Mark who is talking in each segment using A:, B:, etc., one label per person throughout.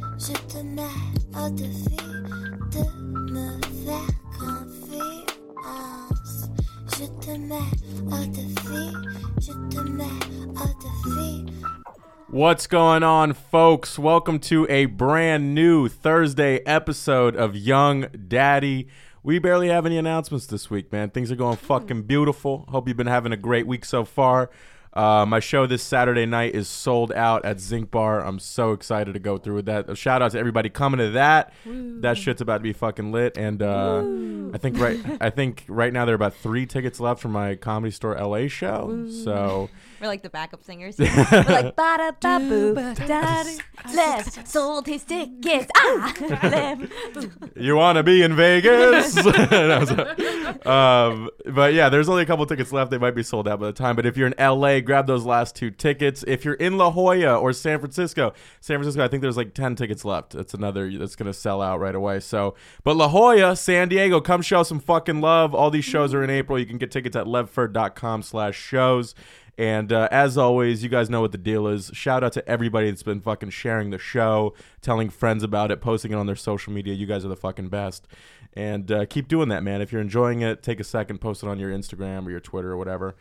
A: le mal à te faire de me faire confiance. Je te mets à te faire, je te mets à te faire.
B: What's going on, folks? Welcome to a brand new Thursday episode of Young Daddy. We barely have any announcements this week, man. Things are going fucking beautiful. Hope you've been having a great week so far. Uh, my show this Saturday night is sold out at Zinc Bar. I'm so excited to go through with that. A shout out to everybody coming to that. That shit's about to be fucking lit. And uh, I think right, I think right now there are about three tickets left for my Comedy Store LA show. So.
C: We're like the backup singers. We're like ba da ba boo da left sold his tickets. Ah, left.
B: you want to be in Vegas? That was it. um, but yeah, there's only a couple tickets left. They might be sold out by the time. But if you're in LA, grab those last two tickets. If you're in La Jolla or San Francisco, San Francisco, I think there's like 10 tickets left. That's another that's going to sell out right away. So, but La Jolla, San Diego, come show some fucking love. All these shows are in April. You can get tickets at levford.com slash shows. And uh, as always, you guys know what the deal is. Shout out to everybody that's been fucking sharing the show, telling friends about it, posting it on their social media. You guys are the fucking best. And uh, keep doing that, man. If you're enjoying it, take a second, post it on your Instagram or your Twitter or whatever.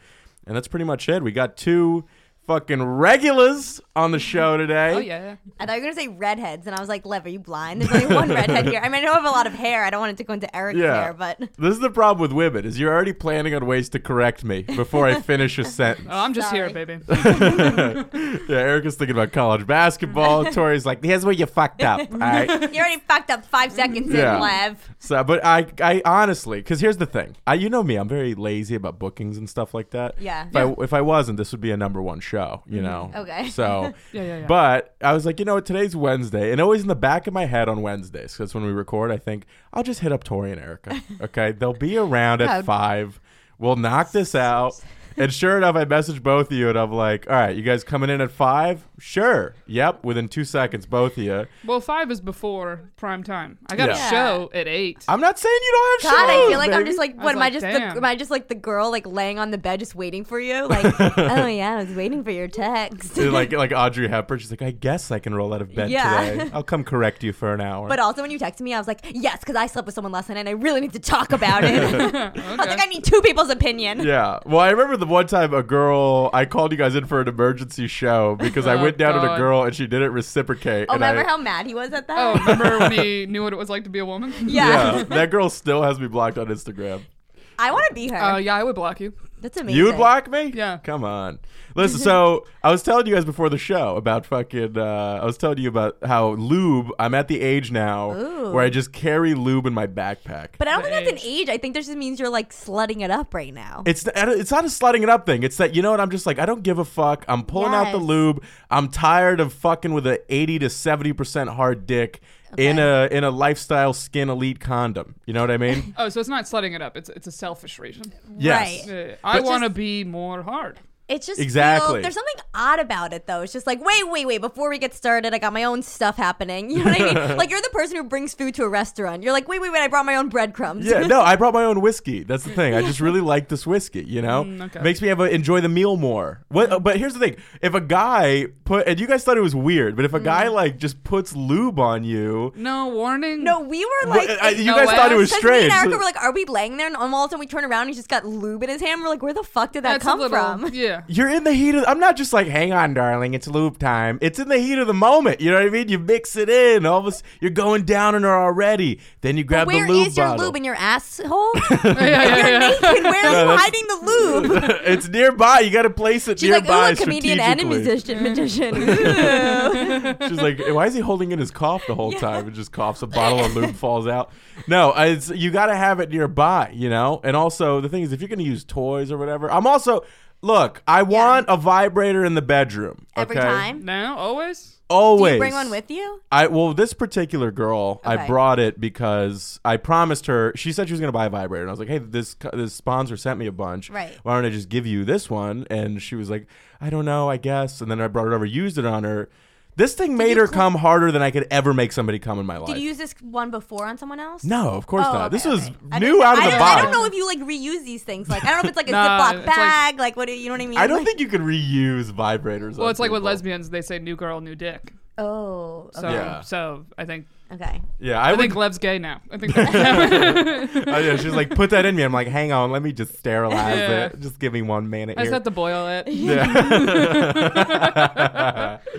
B: And that's pretty much it. We got two fucking regulars on the show today.
D: Oh yeah.
C: I thought you were gonna say redheads, and I was like, "Lev, are you blind? There's only one redhead here." I mean, I don't have a lot of hair. I don't want it to go into Eric's
B: Yeah.
C: hair, but
B: This is the problem with women is you're already planning on ways to correct me before I finish a sentence.
D: Oh, I'm just
C: Sorry.
D: here, baby.
B: yeah, Erica's thinking about college basketball. Tori's like, here's where you fucked up. All right.
C: you already fucked up five seconds
B: Yeah.
C: in, Lev.
B: So, but I, I honestly, because here's the thing. I, you know me, I'm very lazy about bookings and stuff like that.
C: Yeah.
B: If, I, if I wasn't, this would be a number one show, you know?
C: Okay.
B: So,
D: Yeah, yeah, yeah.
B: but I was like, you know what? Today's Wednesday. And always in the back of my head on Wednesdays, because when we record, I think, I'll just hit up Tori and Erica. Okay. They'll be around at five. We'll knock this out. And sure enough, I messaged both of you and I'm like, all right, you guys coming in at five? Sure. Yep. Within two seconds, both of you.
D: Well, five is before prime time. I got
B: Yeah.
D: a show at eight.
B: I'm not saying you don't have
C: God, I
B: shows,
C: feel like I'm
B: baby.
C: just like,
D: I was
C: what am I
D: like,
C: just?
D: "Damn."
C: The, am I just like the girl like laying on the bed just waiting for you? Like, oh yeah, I was waiting for your text.
B: They're like like Audrey Hepburn. She's like, I guess I can roll out of bed
C: Yeah.
B: today. I'll come correct you for an hour.
C: But also, when you texted me, I was like, yes, because I slept with someone last night and I really need to talk about it. I was like, I need two people's opinion.
B: yeah. Well, I remember the one time a girl I called you guys in for an emergency show because I
D: Oh,
B: went down to a
D: God.
B: girl and she didn't reciprocate.
C: Oh,
B: and
C: remember
B: I,
C: how mad he was at that?
D: Oh, remember when he knew what it was like to be a woman?
C: yeah.
B: yeah, that girl still has me blocked on Instagram.
C: I want to be her.
D: Uh, yeah, I would block you.
C: That's amazing.
B: You would block me?
D: Yeah.
B: Come on. Listen, so I was telling you guys before the show about fucking. Uh, I was telling you about how lube. I'm at the age now
C: Ooh.
B: where I just carry lube in my backpack.
C: But I don't
D: The
C: think that's an age. I think that just means you're like slutting it up right now.
B: It's I don't- it's not a slutting it up thing. It's that you know what I'm just like I don't give a fuck. I'm pulling out the
C: Yes.
B: lube. I'm tired of fucking with a 80 to 70 percent hard dick in a in a lifestyle skin elite condom. You know what I mean?
D: Oh, so it's not slutting it up. It's it's a selfish reason.
B: yes.
C: Right.
D: Yeah, I
C: But
D: want to
C: just-
D: be more hard.
C: It's just
B: Exactly.
C: feel- there's something odd about it though. It's just like wait, wait, wait. Before we get started, I got my own stuff happening. You know what I mean? like you're the person who brings food to a restaurant. You're like wait, wait, wait. I brought my own breadcrumbs.
B: Yeah, no, I brought my own whiskey. That's the thing. I just really like this whiskey, you know?
D: okay.
B: Makes me have a, enjoy the meal more. What, uh, But here's the thing if a guy put, and you guys thought it was weird, but if a guy, like, just puts lube on you,
D: No warning.
C: No, we were
B: Well,
C: like,
B: I- you
D: no
B: guys
D: way.
B: thought it was
C: Because me
B: strange.
C: and Erica were like, are we laying there? And all of a sudden we turn around and he's just got lube in his hand. We're like, where the fuck did that
D: that's
C: come
D: a little.
C: from?
D: Yeah.
B: you're in the heat of I'm not just like, hang on, darling, it's lube time. It's in the heat of the moment. You know what I mean? You mix it in. All of a, s- you're going down on her already. Then you grab
C: Where
B: the lube
C: is your
B: bottle.
C: lube in your asshole?
D: yeah, yeah, yeah, yeah.
C: Naked, where are you
B: that's-
C: hiding the lube?
B: it's nearby. You got to place it
C: She's like,
B: nearby
C: ooh, a comedian and a
B: strategically.
C: musician. magician. Ooh.
B: She's like, why is he holding in his cough the whole time? And just coughs a bottle of lube falls out. No, uh, it's you got to have it nearby, you know. And also, the thing is, if you're going to use toys or whatever, I'm also look. I want a vibrator in the bedroom
C: Every
B: okay?
C: time.
D: Now,
C: Do
D: always.
B: Always
C: you bring one with you?
B: I well, this particular girl, I
C: Okay.
B: brought it because I promised her. She said she was gonna buy a vibrator, and I was like, "Hey, this co- this sponsor sent me a bunch.
C: Right.
B: Why don't I just give you this one?" And she was like, "I don't know, I guess." And then I brought it over, used it on her. This thing made
C: you
B: her
C: cl-
B: come harder than I could ever make somebody come in my life.
C: Did you use this one before on someone else?
B: no, of course
C: Oh,
B: not.
C: okay,
B: this was
C: okay. I
B: new out of
C: I
B: the
C: don't,
B: box.
C: I don't know if you like reuse these things. Like, I don't know if it's like a
D: Nah,
C: Ziploc
D: it's like-
C: bag. Like, what do you, you know what I mean?
B: I don't think you can reuse vibrators.
D: Well,
B: on
D: it's like with
B: people.
D: lesbians. They say new girl, new dick.
C: Oh,
D: So,
C: okay.
B: Yeah.
D: so I think
C: okay.
B: Yeah, I,
D: I
B: would.
D: think Lev's gay now. I think that's happening.
B: oh, yeah, she's like, put that in me. I'm like, hang on, let me just sterilize
D: Yeah.
B: it. Just give me one minute.
D: I just
B: here.
D: have to boil it.
B: yeah.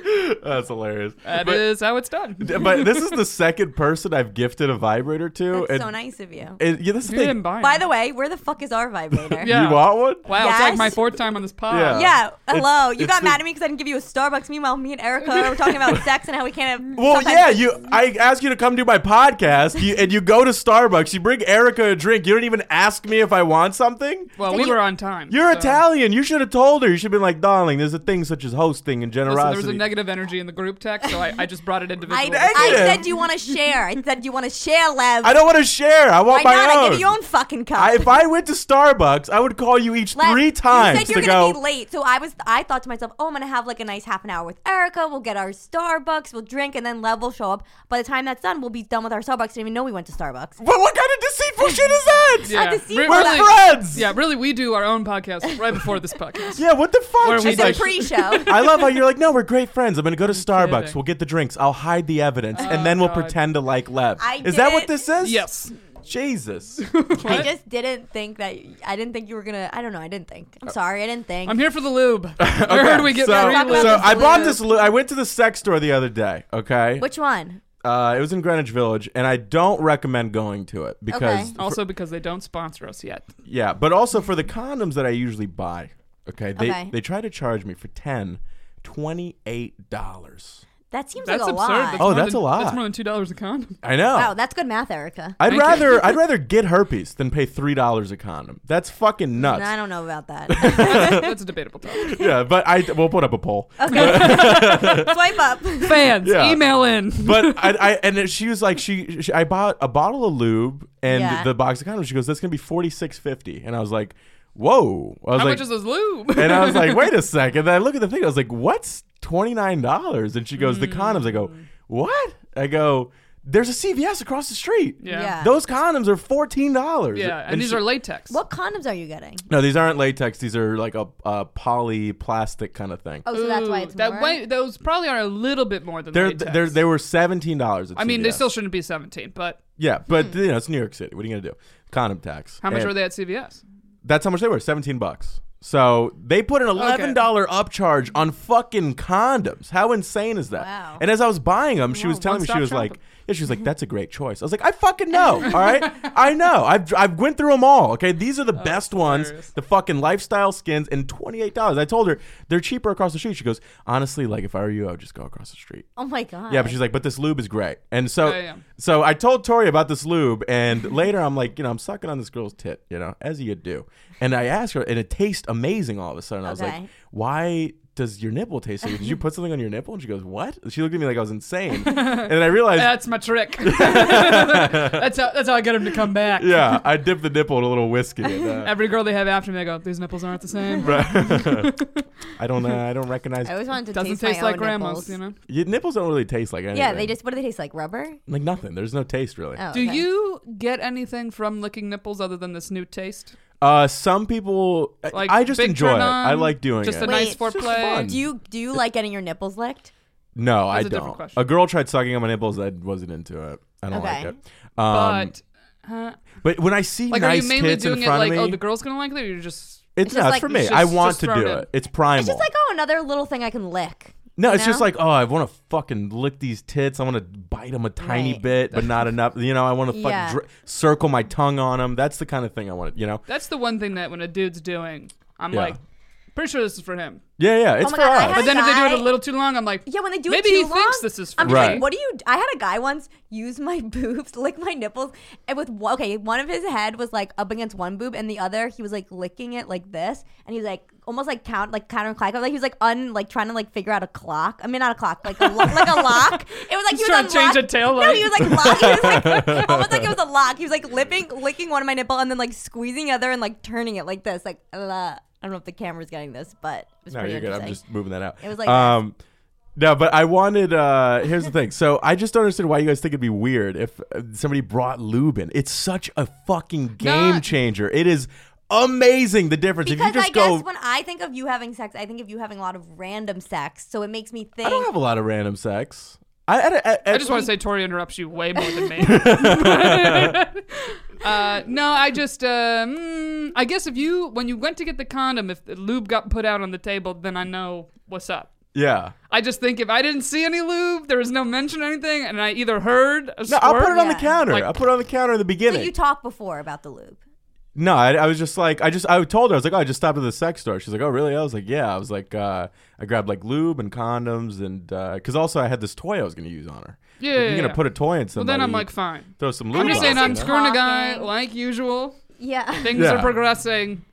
B: That's hilarious.
D: That
B: but,
D: is how it's done.
B: but this is the second person I've gifted a vibrator to.
C: That's
B: and,
C: so nice of you.
B: and- yeah, this
D: You
B: thing.
D: didn't buy it.
C: By the way, where the fuck is our vibrator?
D: Yeah.
B: You want one?
D: Wow, it's like my
C: Yes.
D: fourth time on this pod.
B: Yeah.
C: Yeah, hello.
B: It's-
C: you
B: it's
C: got
B: the-
C: mad at me because I didn't give you a Starbucks. Meanwhile, me and Erica were talking about sex and how we can't have.
B: Well,
C: sometimes-
B: yeah, you. I ask you to come do my podcast, you, and you go to Starbucks. You bring Erica a drink. You don't even ask me if I want something.
D: Well,
C: So
D: we
C: you-
D: were on time.
B: You're
D: so-
B: Italian. You should have told her. You should have been like, darling. There's a thing such as hosting and
D: Listen,
B: generosity.
D: there was a negative energy in the group text, so I, I just brought it individually.
C: I,
B: Negative.
C: I said you want to share. I said you want to share, Lev.
B: I don't want to share. I
C: Why
B: want my
C: not? I
B: own.
C: give you your own fucking cup.
B: I- if I went to Starbucks, I would call you each
C: Lev,
B: three times
C: You said you
B: to
C: were gonna
B: go.
C: be late, so I was. I thought to myself, "Oh, I'm gonna have like a nice half an hour with Erica. We'll get our Starbucks. We'll drink, and then Lev will show up. By the time that's done, we'll be done with our Starbucks. Didn't even know we went to Starbucks.
B: But what kind of deceitful shit is that?
D: Yeah.
C: I deceived
D: Re-
B: We're
C: Really?
B: friends.
D: Yeah, really, we do our own podcast right before this podcast.
B: Yeah, what the
D: Where
B: fuck?
D: we
B: She's
C: It's a
D: like-
C: pre-show.
B: I love how you're like, no, we're great friends. I'm gonna go to Starbucks.
D: kidding.
B: We'll get the drinks. I'll hide the evidence,
D: Oh,
B: and then we'll
D: God.
B: pretend to like Lev.
C: I
B: is that what
C: didn't-
B: this is?
D: Yes.
B: Jesus.
C: I just didn't think that. I didn't think you were gonna. I don't know. I didn't think.
B: Uh,
C: I'm sorry. I didn't think.
D: I'm here for the lube. Where
B: Okay,
D: do we get
B: so,
D: free
C: Talk
D: lube?
C: about
B: so
C: this
B: I bought
C: lube.
B: this. Lu- I went to the sex store the other day. Okay,
C: Which one?
B: uh, it was in Greenwich Village, and I don't recommend going to it because
C: Okay.
D: Also because they don't sponsor us yet.
B: Yeah, but also for the condoms that I usually buy, okay, they
C: Okay.
B: they try to charge me for 10 28 dollars.
C: That seems
D: That's
C: like a
D: absurd.
C: lot.
B: Oh,
D: more
B: that's
D: than-
B: a lot.
D: That's more than two dollars a condom.
B: I know.
C: Wow, that's good math, Erica.
B: I'd
D: Thank you.
B: rather I'd rather get herpes than pay three dollars a condom. That's fucking nuts.
C: I don't know about that.
D: that's a debatable topic.
B: yeah, but I we'll put up a poll.
C: Swipe up.
D: Fans,
B: Yeah.
D: email in.
B: But I, I and it- she was like she, she I bought a bottle of lube and
C: Yeah.
B: the box of condoms. She goes, that's gonna be forty six fifty, and I was like, whoa. I was
D: How
B: like,
D: much is this lube?
B: And I was like, wait a second. And I look at the thing. I was like, what's $29? And she goes,
D: Mm.
B: the condoms. I go, what? I go, there's a CVS across the street.
D: yeah.
C: Yeah.
D: Yeah.
B: Those condoms are $14.
D: and, these
B: she-
D: are latex.
C: What condoms are you getting?
B: No, these aren't latex. These are like a, a poly plastic kind of thing.
C: Oh, so that's why
D: Ooh,
C: it's
D: that
C: more.
D: way- those probably are a little bit more than
B: They're,
D: latex.
B: they're, they were $17 at
D: I mean, they
B: CVS.
D: still shouldn't be 17, but
B: Yeah, but you know, it's New York City. What are you going to do? Condom tax.
D: how much
B: And
D: were they at CVS?
B: That's how much they were, 17 bucks. So they put an eleven dollar upcharge on fucking condoms. How insane is that?
C: Wow.
B: And as I was buying them, she was telling me she
D: one-stop
B: was like,
D: shopping.
B: "Yeah, she was like, that's a great choice." I was like, "I fucking know, all right, I know. I've I've went through them all. Okay, these are the best ones.
D: hilarious.
B: The fucking lifestyle skins and twenty eight dollars. I told her they're cheaper across the street. She goes, honestly, like if I were you, I would just go across the street.
C: Oh my god.
B: Yeah, but she's like, but this lube is great. And so,
D: Yeah, yeah.
B: so I told Tori about this lube, and later I'm like, you know, I'm sucking on this girl's tit, you know, as you do. And I asked her, and it tastes amazing all of a sudden. I was like,
C: Okay.
B: why does your nipple taste so good? Did you put something on your nipple? And she goes, what? She looked at me like I was insane. and then I realized,
D: That's my trick. that's how that's how I get them to come back.
B: yeah, I dipped the nipple in a little whiskey. And, uh,
D: Every girl they have after me, I go, these nipples aren't the same.
B: I don't, uh, I don't recognize.
C: I always wanted to
D: Doesn't
C: my
D: taste like
C: own nipples.
D: grandma's, you know.
B: your nipples don't really taste like anything.
C: Yeah, they just. What do they taste like? Rubber?
B: like nothing. There's no taste really.
C: Oh,
D: Do
C: okay.
D: you get anything from licking nipples other than this new taste?
B: Uh, some people, I-
D: Like
B: I just
D: big
B: enjoy it.
D: turn-on,
B: I like doing
D: Just
B: it.
D: a nice
C: Wait, it's
B: just
D: foreplay.
B: fun.
C: Do you do you like getting your nipples licked?
B: No, I
D: That's a
B: don't.
D: different
B: A,
D: question.
B: girl tried sucking on my nipples. I wasn't into it. I don't like
C: Okay.
B: it. Um,
D: but huh?
B: but when I see
D: like,
B: nice
D: are you mainly
B: tits in
D: doing it
B: front
D: like,
B: of
D: oh,
B: me,
D: the girl's gonna like it, or you're just
B: it's,
C: just
B: not
C: like-
B: for me.
D: It's
B: I
D: just-
B: want
D: just
B: to
D: thrown
B: do
D: in.
B: it. It's primal.
C: It's just like oh, another little thing I can lick.
B: no,
C: you
B: it's just
C: know?
B: like oh, I want to fucking lick these tits. I want to bite them a tiny
C: Right.
B: bit, but not enough. You know, I want to fucking
C: Yeah.
B: dr- circle my tongue on them. That's the kind of thing I want. You know?
D: that's the one thing that when a dude's doing, I'm
B: Yeah.
D: like, pretty sure this is for him.
B: Yeah, yeah. It's
C: Oh
B: for
C: my God, I
B: us.
C: had
D: But then if they do it
C: guy-
D: a little too long, I'm like,
C: Yeah, when they do
D: maybe
C: it too
D: he
C: long,
D: thinks this is for
C: I'm
D: me.
C: just
B: Right.
C: like, what do you? I had a guy once use my boobs, lick my nipples, and with one- okay, one of his head was like up against one boob, and the other he was like licking it like this, and he was like almost like count like counterclockwise, like he was like un like trying to like figure out a clock. I mean, not a clock, like a lo- like a lock. It was like
D: Just
C: he was
D: trying to
C: unlock-
D: change a tail
C: No,
D: light.
C: he was like lock. He was like almost like it was a lock. He was like lipping, licking one of my nipple, and then like squeezing the other, and like turning it like this, like. Uh, I don't know if the camera's getting this, but it was
B: No,
C: pretty
B: you're good. I'm
C: interesting.
B: just moving that out.
C: It was like
B: um, no, but I wanted. Uh, here's the thing. So I just don't understand why you guys think it'd be weird if uh, somebody brought lube in. It's such a fucking game
D: Not-
B: changer. It is amazing the difference.
C: Because
B: if you just
C: I
B: go,
C: guess when I think of you having sex, I think of you having a lot of random sex. So it makes me think.
B: I don't have a lot of random sex. I, I, I,
D: I just want to say Tori interrupts you way more than me. uh, no, I just, uh, mm, I guess if you, when you went to get the condom, if the lube got put out on the table, then I know what's up.
B: Yeah.
D: I just think if I didn't see any lube, there was no mention of anything, and I either heard a
B: No,
D: squirt.
B: I'll put it on the
C: Yeah.
B: counter.
D: Like-
B: I'll put it on the counter in the
C: so
B: beginning.
C: you talked before about the lube.
B: No, I, I was just like, I just, I told her, I was like, oh, I just stopped at the sex store. She's like, oh, really? I was like, yeah. I was like, uh, I grabbed like lube and condoms and, because also I had this toy I was going to use on her.
D: Yeah,
B: If
D: yeah,
B: You're going
D: yeah.
B: to put a toy in
D: well,
B: somebody.
D: then I'm like, fine.
B: throw some lube
D: I'm just
B: on
D: saying,
B: it,
D: I'm
B: you know?
D: screwing a guy
C: Talking.
D: like usual.
C: Yeah.
D: Things
B: Yeah.
D: are progressing.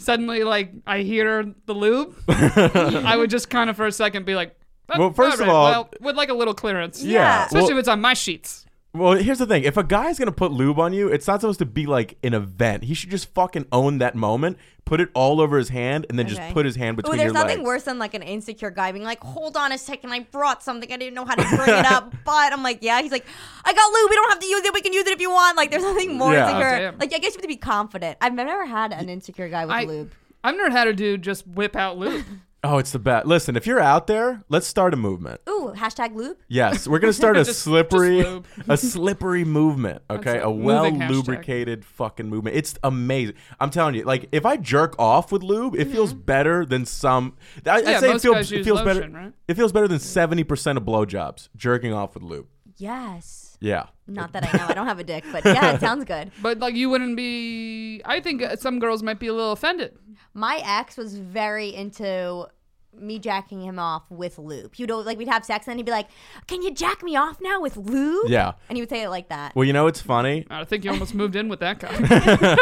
D: Suddenly, like I hear the lube, I would just kind of for a second be like, oh,
B: Well, first of
D: all
B: all-
D: well, would like a little clearance,
C: Yeah.
D: especially
B: Well-
D: if it's on my sheets.
B: Well, here's the thing. If a guy's going to put lube on you, it's not supposed to be like an event. He should just fucking own that moment, put it all over his hand, and then
C: Okay.
B: just put his hand
C: Ooh,
B: between
C: there's
B: your
C: nothing
B: legs.
C: worse than like an insecure guy being like, "Hold on a second, I brought something. I didn't know how to bring it up, but I'm like, yeah." He's like, "I got lube. We don't have to use it. We can use it if you want." Like, there's nothing more
B: Yeah.
C: insecure.
D: Damn.
C: Like, I guess you have to be confident. I've never had an insecure guy with
D: I-
C: lube.
D: I've never had a dude just whip out lube.
B: Oh, it's the best. Listen, if you're out there, let's start a movement.
C: Ooh, hashtag lube.
B: Yes, we're gonna start a
D: Just-
B: slippery,
D: just lube.
B: a slippery movement. Okay,
D: That's
B: a
D: a moving
B: well
D: hashtag.
B: lubricated fucking movement. It's amazing. I'm telling you, like if I jerk off with lube, it feels better than some. I,
D: Mm-hmm. Yeah,
B: I say it
D: most
B: feels,
D: guys
B: it
D: use
B: feels
D: lotion,
B: better.
D: right?
B: It feels better than seventy percent of blowjobs jerking off with lube.
C: Yes.
B: Yeah,
C: Not that I know. I don't have a dick, but yeah, it sounds good.
D: But like you wouldn't be. I think uh, some girls might be a little offended.
C: My ex was very into me jacking him off with lube. He'd always, like we'd have sex and then he'd be like, "Can you jack me off now with lube?"
B: yeah.
C: And he would say it like that.
B: Well, you know it's funny.
D: I think you almost moved in with that guy.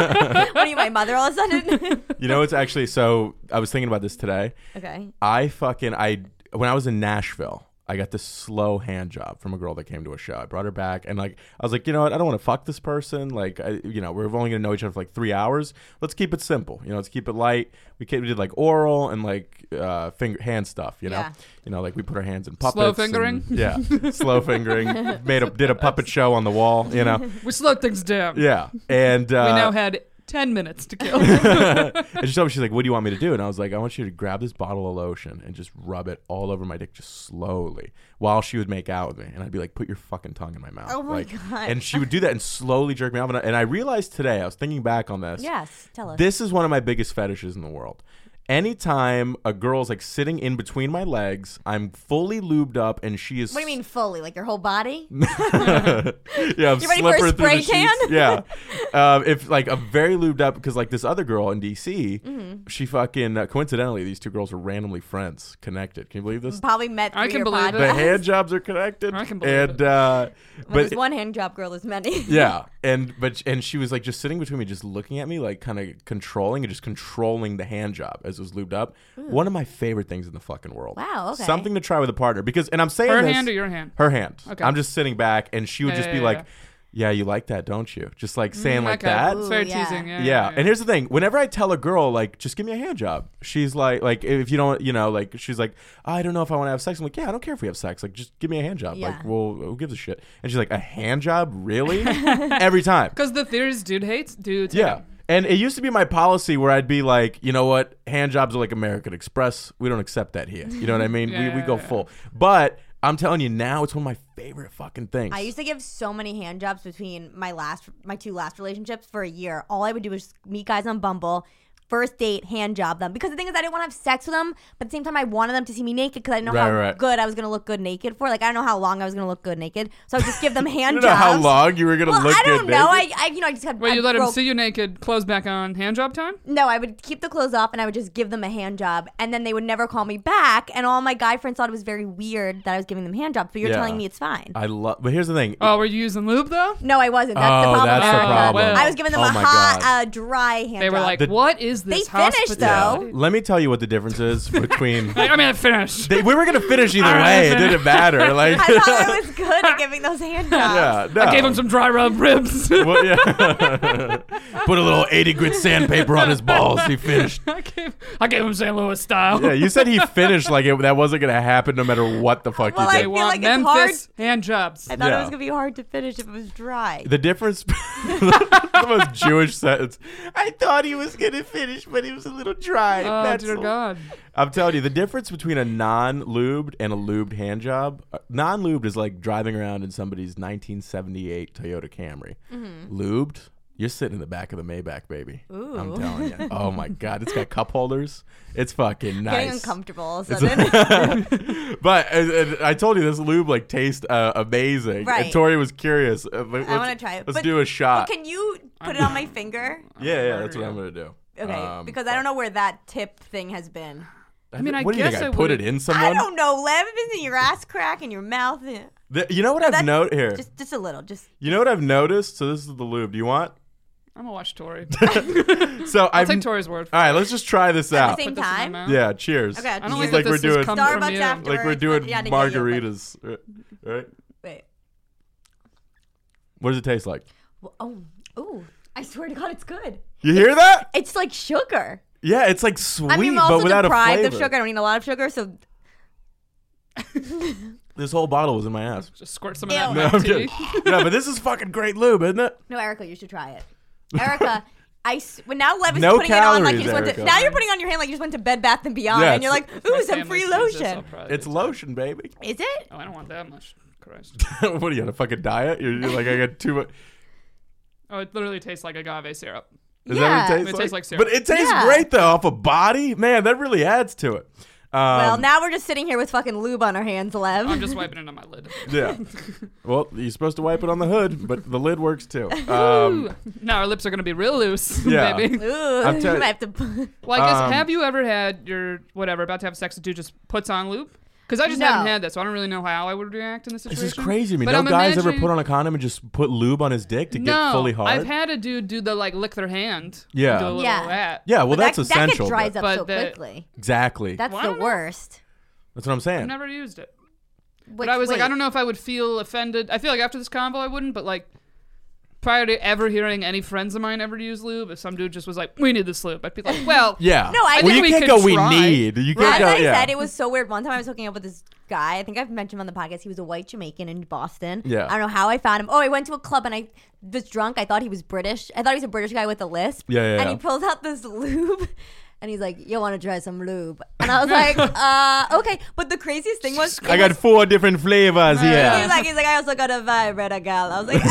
C: what are you, my mother all of a sudden?
B: You know it's actually. So I was thinking about this today.
C: okay.
B: I fucking I when I was in Nashville, I got this slow hand job from a girl that came to a show. I brought her back and like I was like, you know what? I don't want to fuck this person. Like, I, you know, we're only gonna know each other for like three hours. Let's keep it simple. You know, let's keep it light. We, ca- we did like oral and like uh, finger hand stuff. You know,
C: Yeah.
B: you know, like we put our hands in puppets. and-
D: fingering?
B: yeah, slow fingering. Made a did a puppet show on the wall. You know,
D: we slowed things down.
B: yeah. And uh,
D: We now had ten minutes to kill.
B: and she told me she's like, "What do you want me to do?" And I was like, "I want you to grab this bottle of lotion and just rub it all over my dick, just slowly, while she would make out with me." And I'd be like, "Put your fucking tongue in my mouth."
C: Oh my
B: like,
C: God.
B: And she would do that and slowly jerk me off. And I, and I realized today, I was thinking back on this.
C: Yes. Tell us.
B: This is one of my biggest fetishes in the world. Anytime a girl's like sitting in between my legs, I'm fully lubed up, and she is.
C: what do you mean fully? Like your whole body?
B: yeah, I'm
C: You ready for a
B: slipper through the
C: spray tan?
B: sheets. Yeah, um, if like I'm very lubed up because like this other girl in DC,
C: Mm-hmm.
B: she fucking uh, coincidentally these two girls are randomly friends, connected. Can you believe this?
C: Probably met through
D: I can
C: your
D: believe
C: podcast.
B: The hand jobs are connected.
D: I can believe
B: and,
D: it.
B: Uh,
C: When
B: but
C: there's one hand job girl, there's many.
B: yeah, and but and she was like just sitting between me, just looking at me, like kind of controlling and just controlling the hand job as it was lubed up. One of my favorite things in the fucking world.
C: Wow, okay.
B: Something to try with a partner because, and I'm saying
D: Her
B: this-
D: hand or your hand?
B: her hand.
D: Okay.
B: I'm just sitting back, and she would
D: Yeah,
B: just
D: yeah,
B: be
D: yeah,
B: like, "Yeah, you like that, don't you?" Just like saying like
D: Mm, okay.
B: that.
D: It's very
C: Ooh, yeah.
D: teasing. Yeah.
B: Yeah. and here's the thing: whenever I tell a girl like, "Just give me a hand job," she's like, "Like if you don't, you know, like she's like, I don't know if I want to have sex." I'm like, "Yeah, I don't care if we have sex. Like, just give me a hand job.
C: Yeah.
B: Like, well, who gives a shit?" And she's like, "A hand job, really?" Every time.
D: Because the theories dude hates dudes. hate
B: Yeah.
D: him.
B: And it used to be my policy where I'd be like, you know what, hand jobs are like American Express. We don't accept that here. You know what I mean? we,
D: Yeah,
B: we
D: yeah,
B: go
D: yeah.
B: full. But I'm telling you now, it's one of my favorite fucking things.
C: I used to give so many hand jobs between my last, my two last relationships for a year. All I would do was meet guys on Bumble, first date, hand job them. Because the thing is, I didn't want to have sex with them, but at the same time, I wanted them to see me naked because I didn't know
B: Right,
C: how
B: right.
C: good I was gonna look good naked for. Like I don't know how long I was gonna look good naked, so I would just give them hand
B: you know
C: jobs.
B: how long you were gonna
C: Well,
B: look
C: I don't
B: good
C: know.
B: naked?
C: I, I, you know, I just had.
D: Wait,
C: I
D: you let him
C: broke-
D: see you naked, clothes back on, hand job time?
C: No, I would keep the clothes off and I would just give them a hand job and then they would never call me back and all my guy friends thought it was very weird that I was giving them hand jobs, but you're
B: Yeah.
C: telling me it's fine.
B: I, love. But here's the thing.
D: Oh, were you using lube though?
C: no, I wasn't. That's the
B: Oh,
C: problem.
B: that's
C: that
B: the
C: I had.
B: problem.
D: well.
C: I was giving them
B: Oh
C: a
B: my
C: hot,
B: God.
C: uh, dry hand
D: They were
C: job.
D: like,
B: The-
D: "What is is
C: They
D: this
C: finished,
D: hospitality?
B: Let me tell you what the difference is between.
D: I, I mean, I finished.
B: they, we were gonna finish either
D: All right,
B: way. It
D: finish.
B: didn't matter. Like,
C: I thought I was good at giving those hand jobs.
B: yeah, no.
D: I gave him some dry rub ribs.
B: Well, yeah. Put a little eighty grit sandpaper on his balls. He finished.
D: I gave, I gave him St. Louis style.
B: Yeah, you said he finished like it, that wasn't gonna happen no matter what the fuck
C: Well,
B: he
C: I
B: did.
D: they
C: feel like
D: want
C: it's
D: Memphis hand jobs.
C: I thought
B: Yeah.
C: it was gonna be hard to finish if it was dry.
B: The difference, the most Jewish sentence. I thought he was gonna finish, but he was a little dry.
D: Oh
B: That's
D: dear
B: all.
D: God!
B: I'm telling you, the difference between a non-lubed and a lubed hand job. uh, Non-lubed is like driving around in somebody's 1978 Toyota Camry. Lubed, you're sitting in the back of the Maybach, baby. I'm
C: Mm-hmm. Ooh.
B: telling you. Oh my God, it's got cup holders. It's fucking nice.
C: Getting uncomfortable. all of a
B: It's-
C: sudden.
B: but and, and I told you this lube like tastes uh, amazing. And
C: Right.
B: Tori was curious. Uh, let- let's-
C: wanna try it.
B: Let's
C: But-
B: do a shot.
C: But can you put it on my finger?
B: yeah, yeah,
D: Or-
B: that's what I'm gonna do.
C: Okay,
B: Um,
C: because I don't know where that tip thing has been.
B: I
D: mean, I
B: what do you
D: guess
B: think? I
D: I
B: put it
D: would've-
B: in
C: I
B: someone.
C: don't know, Lev. It's in your ass crack and your mouth. eh.
B: The- you know what I've
C: that's
B: noted here.
C: Just, just a little. Just
B: you know what I've noticed. So this is the lube. Do you want?
D: I'm gonna watch Tori.
B: So
D: I'll
B: I've.
D: take Tori's word.
B: all right, let's just try this out.
C: the same
D: Put this in my
C: time?
D: mouth.
B: Yeah, cheers.
C: Okay, I
D: I don't
C: Cheers.
D: like
B: like
D: that
B: we're
D: this
B: doing-
D: has come from
C: Starbucks
D: you.
C: after.
B: like we're doing
C: Yeah, I didn't get you, but-
B: margaritas, right? right?
C: wait.
B: What does it taste like?
C: Well, Oh, ooh! I swear to God, it's good.
B: You hear that?
C: It's like sugar.
B: Yeah, it's like sweet,
C: I mean, I'm
B: but
C: also
B: without a
C: deprived
B: flavor.
C: of sugar. I don't eat a lot of sugar, so
B: This whole bottle was in my ass.
D: Just squirt some of that in
C: Ew.
B: No,
D: my
B: I'm
D: tea.
B: kidding. no, but this is fucking great lube, isn't it?
C: no, Erica, you should try it. Erica, I s- well, now Lev is
B: No
C: putting it on like
B: calories,
C: you just went
B: Erica.
C: to. Now you're putting it on your hand like you just went to Bed Bath and Beyond,
B: Yeah,
C: and you're like,
B: it's-
C: ooh,
D: My
C: some
D: family
C: free
D: sees this, I'll
C: lotion.
D: probably
B: It's
D: do
B: lotion, baby.
C: Is it?
D: it. Oh, I don't want that much. Christ.
B: what are you on a fucking diet? You're, you're like, I got too much.
D: Oh, it literally tastes like agave syrup.
B: Is that what it
C: Yeah.
B: tastes
D: It
B: like?
D: tastes like syrup.
B: but it tastes
C: Yeah.
B: great though, off a body, man. That really adds to it. Um,
C: Well, now we're just sitting here with fucking lube on our hands, Lev.
D: I'm just wiping it on my lid.
B: yeah. Well, you're supposed to wipe it on the hood, but the lid works too. Um,
D: Ooh. Now our lips are gonna be real loose,
B: Yeah.
D: baby.
C: Ooh,
B: I'm tell-
C: you have to. p-
D: Well, I guess
B: Um,
D: have you ever had your whatever about to have sex with dude just puts on loop? Because I just
C: No.
D: haven't had that, so I don't really know how I would react in this
B: this
D: situation.
B: is crazy to me.
D: But
B: no
D: I'm
B: guy's ever
D: imagining-
B: put on a condom and just put lube on his dick to
D: no,
B: get fully hard.
D: I've had a dude do the like lick their hand.
B: Yeah.
D: and do a little
C: Yeah.
D: that.
B: yeah, well,
C: But
B: that's
C: that,
B: essential.
C: That gets dries
B: but-
C: up
D: But
C: so
D: that-
C: quickly.
B: Exactly.
C: That's
D: Well, I
C: the
D: don't know.
C: worst.
B: that's what I'm saying.
D: I've never used it.
C: Which-
D: But I was like,
C: wait.
D: I don't know if I would feel offended. I feel like after this convo, I wouldn't. But like, prior to ever hearing any friends of mine ever use lube, if some dude just was like, "We need this lube," I'd be like, "Well,
B: yeah.
C: No,
B: well,
C: I think
B: you
D: we
B: can't
D: could
B: go.
D: try.
B: We need. You
C: Yeah,
B: can't
C: that's
B: go.
C: what I
B: yeah.
C: said. It was so weird. One time I was hooking up with this guy. I think I've mentioned him on the podcast. He was a white Jamaican in Boston.
B: Yeah.
C: I don't know how I found him. Oh, I went to a club and I was drunk. I thought he was British. I thought he was a British guy with a lisp.
B: Yeah, yeah,
C: And
B: yeah.
C: he pulls out this lube. And he's like, "You want to try some lube?" And I was like, "Uh, okay." But the craziest thing was,
B: I got four different flavors here.
C: He was like, he's like, I also got a vibe, red a gal. I was like,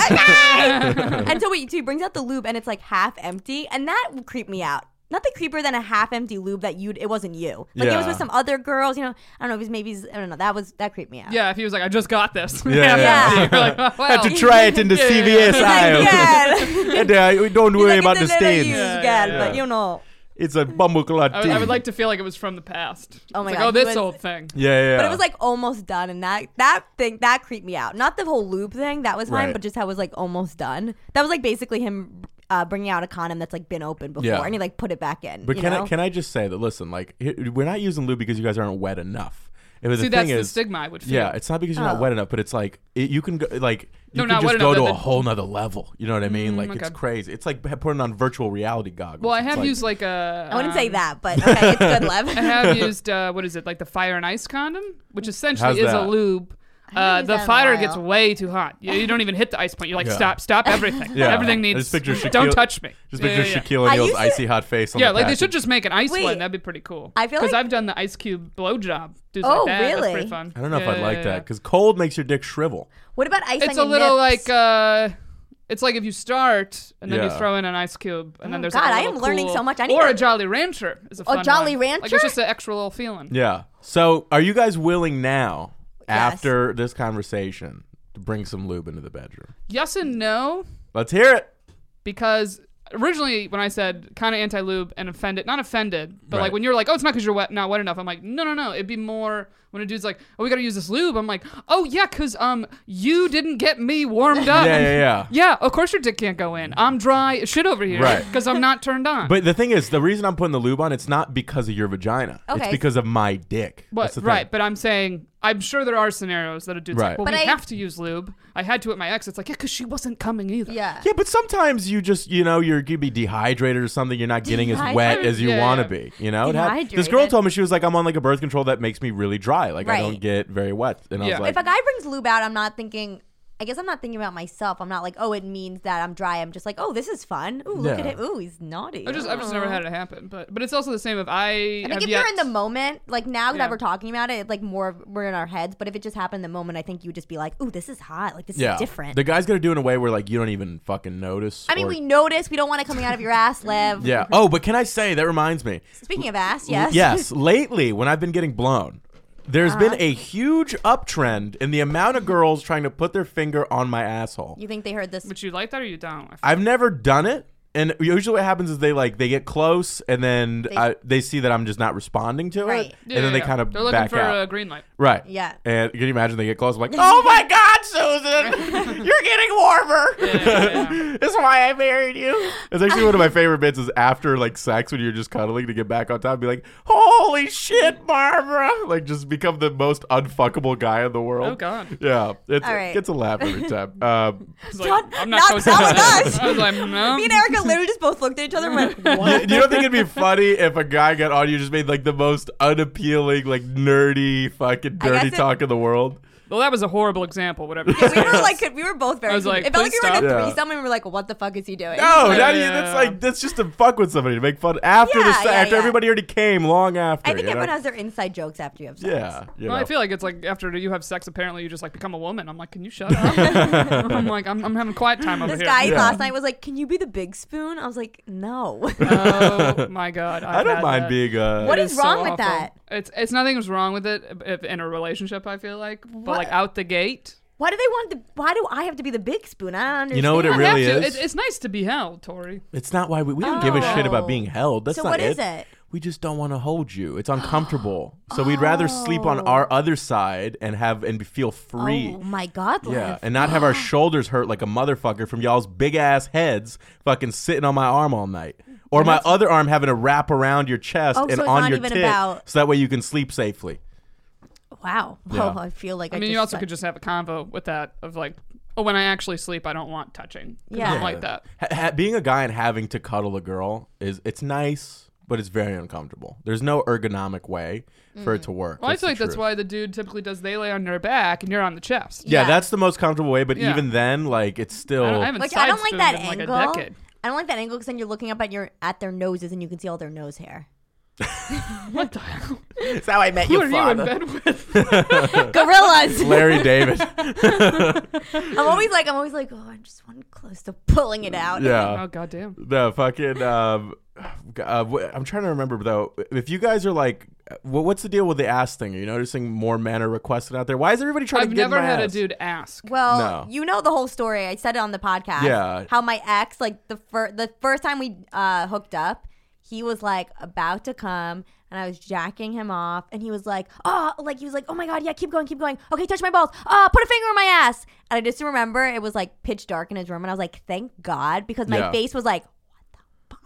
C: okay. and so wait, so he brings out the lube and it's like half empty, and that would creep me out. Nothing creepier than a half empty lube that you it wasn't you. Like it was
B: Yeah.
C: with some other girls, you know. I don't know, it was maybe I don't know. That was that creeped me out.
D: yeah." If he was like, "I just got this,"
B: Yeah,
C: yeah.
D: You're like, oh, well.
B: Had to try it in the
D: Yeah, yeah,
B: CVS
D: yeah.
B: aisle.
C: Like, yeah.
B: And, uh, we don't
C: He's
B: worry
C: like,
B: about the
C: it's a little
B: stains.
C: used
D: Yeah,
C: gal,
D: yeah,
B: yeah.
C: but you know.
B: It's a bumble clot
D: I would, I
B: tea.
D: would like to feel like it was from the past.
C: Oh my
D: It's
C: God,
D: Like, oh,
C: he
D: this
C: was-
D: old thing.
B: Yeah, yeah.
C: But
B: yeah.
C: it was like almost done, and that that thing that creeped me out. Not the whole lube thing that was fine,
B: Right.
C: but just how it was like almost done. That was like basically him uh, bringing out a condom that's like been open before,
B: Yeah.
C: and he like put it back in.
B: But
C: you
B: can
C: know?
B: I can I just say that? Listen, like here- we're not using lube because you guys aren't wet enough. If the
D: See,
B: thing
D: that's the
B: is,
D: stigma I would feel.
B: yeah, it's not because you're not
C: Oh.
B: wet enough, but it's like it, you can go like
D: No,
B: you
D: not
B: can
D: wet
B: just go
D: enough,
B: to
D: but
B: a
D: the-
B: whole nother level. You know what I mean? like it's
D: okay.
B: crazy. It's like putting on virtual reality goggles.
D: well, I
B: It's
D: have
B: like-
D: used like a.
C: I wouldn't say
D: um,
C: that, but okay, it's good, Lev.
D: I have used uh, what is it like the fire and ice condom, which essentially
B: How's
D: is a
B: that?
D: lube. Uh,
C: used
D: the
C: that in a
D: fire
C: while.
D: gets way too hot. You, you don't even hit the ice point. You're like,
B: Yeah.
D: stop, stop everything.
B: Yeah.
D: Everything
B: I
D: needs.
B: just picture Shaquille-
D: don't touch me.
B: just
D: Yeah,
B: picture
D: yeah, yeah.
B: Shaquille
C: I
B: O'Neal's
C: used to-
B: icy hot face. On
D: Yeah,
B: the
D: like they
B: package.
D: should just make an ice
C: Wait.
D: one. That'd be pretty cool.
C: I feel
D: because
C: like-
D: I've done the ice cube blowjob. Dudes
C: Oh,
D: like that. That's
C: really?
D: pretty fun.
B: I don't know if
D: Yeah,
B: I'd
D: yeah,
B: like
D: yeah.
B: that because cold makes your dick shrivel.
C: What about ice?
D: It's a
C: on your
D: little
C: nips?
D: like uh, it's like if you start and then
B: Yeah.
D: you throw in an ice cube and then
C: Oh,
D: there's
C: God,
D: like a
C: I
D: little
C: am learning
D: cool-
C: so much. I need
D: or
C: to-
D: a Jolly Rancher is a fun
C: Jolly
D: one. Like
C: Rancher?
D: it's just an extra little feeling.
B: Yeah. So, are you guys willing now,
C: Yes.
B: after this conversation, to bring some lube into the bedroom?
D: Yes and no
B: Let's hear it.
D: because originally when I said kind of anti lube and offended, not offended, but
B: Right.
D: like when you're like, oh, it's not because you're wet, not wet enough. I'm like, no, no, no. It'd be more when a dude's like, oh, we gotta use this lube. I'm like, oh yeah, cause um, you didn't get me warmed up.
B: Yeah, yeah, yeah.
D: Yeah, of course your dick can't go in. I'm dry as shit over here,
B: Right.
D: Because I'm not turned on.
B: But the thing is, the reason I'm putting the lube on, it's not because of your vagina. It's
C: Okay.
B: because of my dick.
D: But-
B: That's the thing.
D: right, but I'm saying I'm sure there are scenarios that a dude's
B: Right.
D: like, well,
C: But
D: we
C: I-
D: have to use lube. I had to at my ex. It's like, yeah, because she wasn't coming either.
C: Yeah.
B: Yeah, but sometimes you just you know you're you'd be dehydrated or something. You're not getting as wet
D: Dehydrated?
B: as you
D: Yeah,
B: want
D: yeah.
B: to be. You know, It hap- this girl
C: Dehydrated?
B: told me she was like, "I'm on like a birth control that makes me really dry. Like I
C: Right.
B: don't get very wet." And I
D: Yeah.
B: was like,
C: If a guy brings lube out, I'm not thinking. I guess I'm not thinking about myself. I'm not like, oh, it means that I'm dry. I'm just like, oh, this is fun. Ooh, look
B: Yeah.
C: at him. Ooh, he's naughty.
D: I just, I've just never had it happen. But, but it's also the same if
C: I
D: I. have
C: think if
D: yet-
C: you're in the moment, like now
D: Yeah.
C: that we're talking about it, like more of- we're in our heads. But if it just happened in the moment, I think you would just be like, ooh, this is hot. Like this
B: "Yeah,
C: is different.
B: The guy's gonna do it in a way where like you don't even fucking notice.
C: I mean,
B: or-
C: we notice. We don't want it coming out of your ass, Liv.
B: Yeah. Oh, but can I say that reminds me?
C: Speaking of ass, yes. Uh-huh.
B: Yes. Lately, when I've been getting blown, there's been a huge uptrend in the amount of girls trying to put their finger on my asshole.
C: You think they heard this?
D: But you like that or you don't? I
B: I've never done it. And usually, what happens is they like they get close, and then they, I, they see that I'm just not responding to
C: Right.
B: it, and then they kind of
D: They're looking
B: back
D: for
B: out.
D: a green light.
B: right.
C: Yeah.
B: And can you imagine they get close? I'm like, oh my god, Susan, you're getting warmer.
D: yeah,
B: this is why I married you. It's actually one of my favorite bits is after like sex when you're just cuddling to get back on top, be like, holy shit, Barbara. Like just become the most unfuckable guy in the world.
D: Oh, God.
B: Yeah. It's,
C: All
B: It
C: right.
B: gets a laugh every time. Um,
D: It's
C: Not-
D: I'm
C: not
D: supposed to
C: telling
D: do that.
C: us.
D: I was like, no.
C: Me and Erica literally just both looked at each other and went, what?
B: you, you don't think it'd be funny if a guy got on you just made like the most unappealing, like nerdy, fucking
C: I guess
B: dirty
C: it-
B: talk in the world?
D: Well, that was a horrible example. Whatever.
C: we were like, we were both very.
D: I was like,
C: it felt like
D: please
C: we were in a
B: stop. Yeah.
C: threesome, and we were like, what the fuck is he doing?
B: No,
D: Yeah,
B: not even,
D: yeah,
B: that's
D: yeah.
B: like that's just to fuck with somebody to make fun after the
C: Yeah,
B: se-
C: yeah,
B: after
C: yeah.
B: everybody already came long after.
C: I
B: you
C: think
B: know?
C: everyone has their inside jokes after you have sex.
B: yeah. you
D: Well, I
B: know.
D: feel like it's like after you have sex, apparently you just like become a woman. I'm like, can you shut up? I'm like, I'm, I'm having quiet time over
C: This
D: here.
C: guy
B: Yeah.
C: last night was like, "Can you be the big spoon?" I was like, "No."
D: Oh my god! I've
B: I don't
D: had
B: mind
D: that.
B: being uh,
C: What
D: It
C: is
D: so
C: wrong with
D: awful.
C: that?
D: It's it's nothing was wrong with it if, in a relationship. I feel like, but
C: What?
D: like out the gate,
C: why do they want the? Why do I have to be the big spoon? I don't understand.
B: You know what it
D: I
B: really
D: have to.
B: is?
D: It, it's nice to be held, Tori.
B: It's not why we, we don't give a shit about
C: Oh.
B: being held. That's
C: So
B: not
C: what
B: it.
C: is it?
B: We just don't want to hold you. It's uncomfortable. so we'd rather sleep on our other side and have and feel free.
C: Oh my god, Liv.
B: yeah, and not have our shoulders hurt like a motherfucker from y'all's big ass heads fucking sitting on my arm all night. Or my other arm having to wrap around your chest
C: Oh,
B: and
C: so it's
B: on
C: not
B: your
C: even
B: tit
C: about-
B: so that way you can sleep safely.
C: Wow.
B: Yeah.
C: Oh, I feel like I,
D: I mean,
C: just
D: you also
C: said-
D: could just have a convo with that of like, oh, when I actually sleep, I don't want touching. 'Cause
C: Yeah.
D: I'm like that.
B: Ha- ha- being a guy and having to cuddle a girl is it's nice, but it's very uncomfortable. There's no ergonomic way for it to
C: Mm.
B: work.
D: Well, I
B: the
D: feel like that's
B: truth.
D: why the dude typically does they lay on your back and you're on the chest.
B: Yeah,
C: Yeah.
B: that's the most comfortable way. But
D: Yeah.
B: even then, like, it's still.
D: I, don't, I haven't
C: like I don't like
D: side-spooned
C: that
D: in, like, a
C: angle.
D: decade.
C: I don't like that angle because then you're looking up at your at their noses and you can see all their nose hair.
D: What the hell?
B: That's how I met
D: Who are you in bed with?
C: Gorillas.
B: Larry David.
C: I'm always like, I'm always like, oh, I just one close to pulling it out.
D: oh
B: Yeah.
D: goddamn.
B: The fucking. Um, uh, wh- I'm trying to remember though. If you guys are like, wh- what's the deal with the ass thing? Are you noticing more men are requested out there? Why is everybody trying
D: I've
B: to get in
D: never
B: my
D: had a
B: ass?
D: dude ask.
C: Well,
B: No.
C: you know the whole story. I said it on the podcast.
B: Yeah.
C: How my ex, like the fir- the first time we uh, hooked up, he was like about to come, and I was jacking him off, and he was like, "Oh, like he was like, oh my god, yeah, keep going, keep going. Okay, touch my balls. Uh, put a finger in my ass." And I just remember it was like pitch dark in his room, and I was like, "Thank God," because my
B: Yeah.
C: face was like.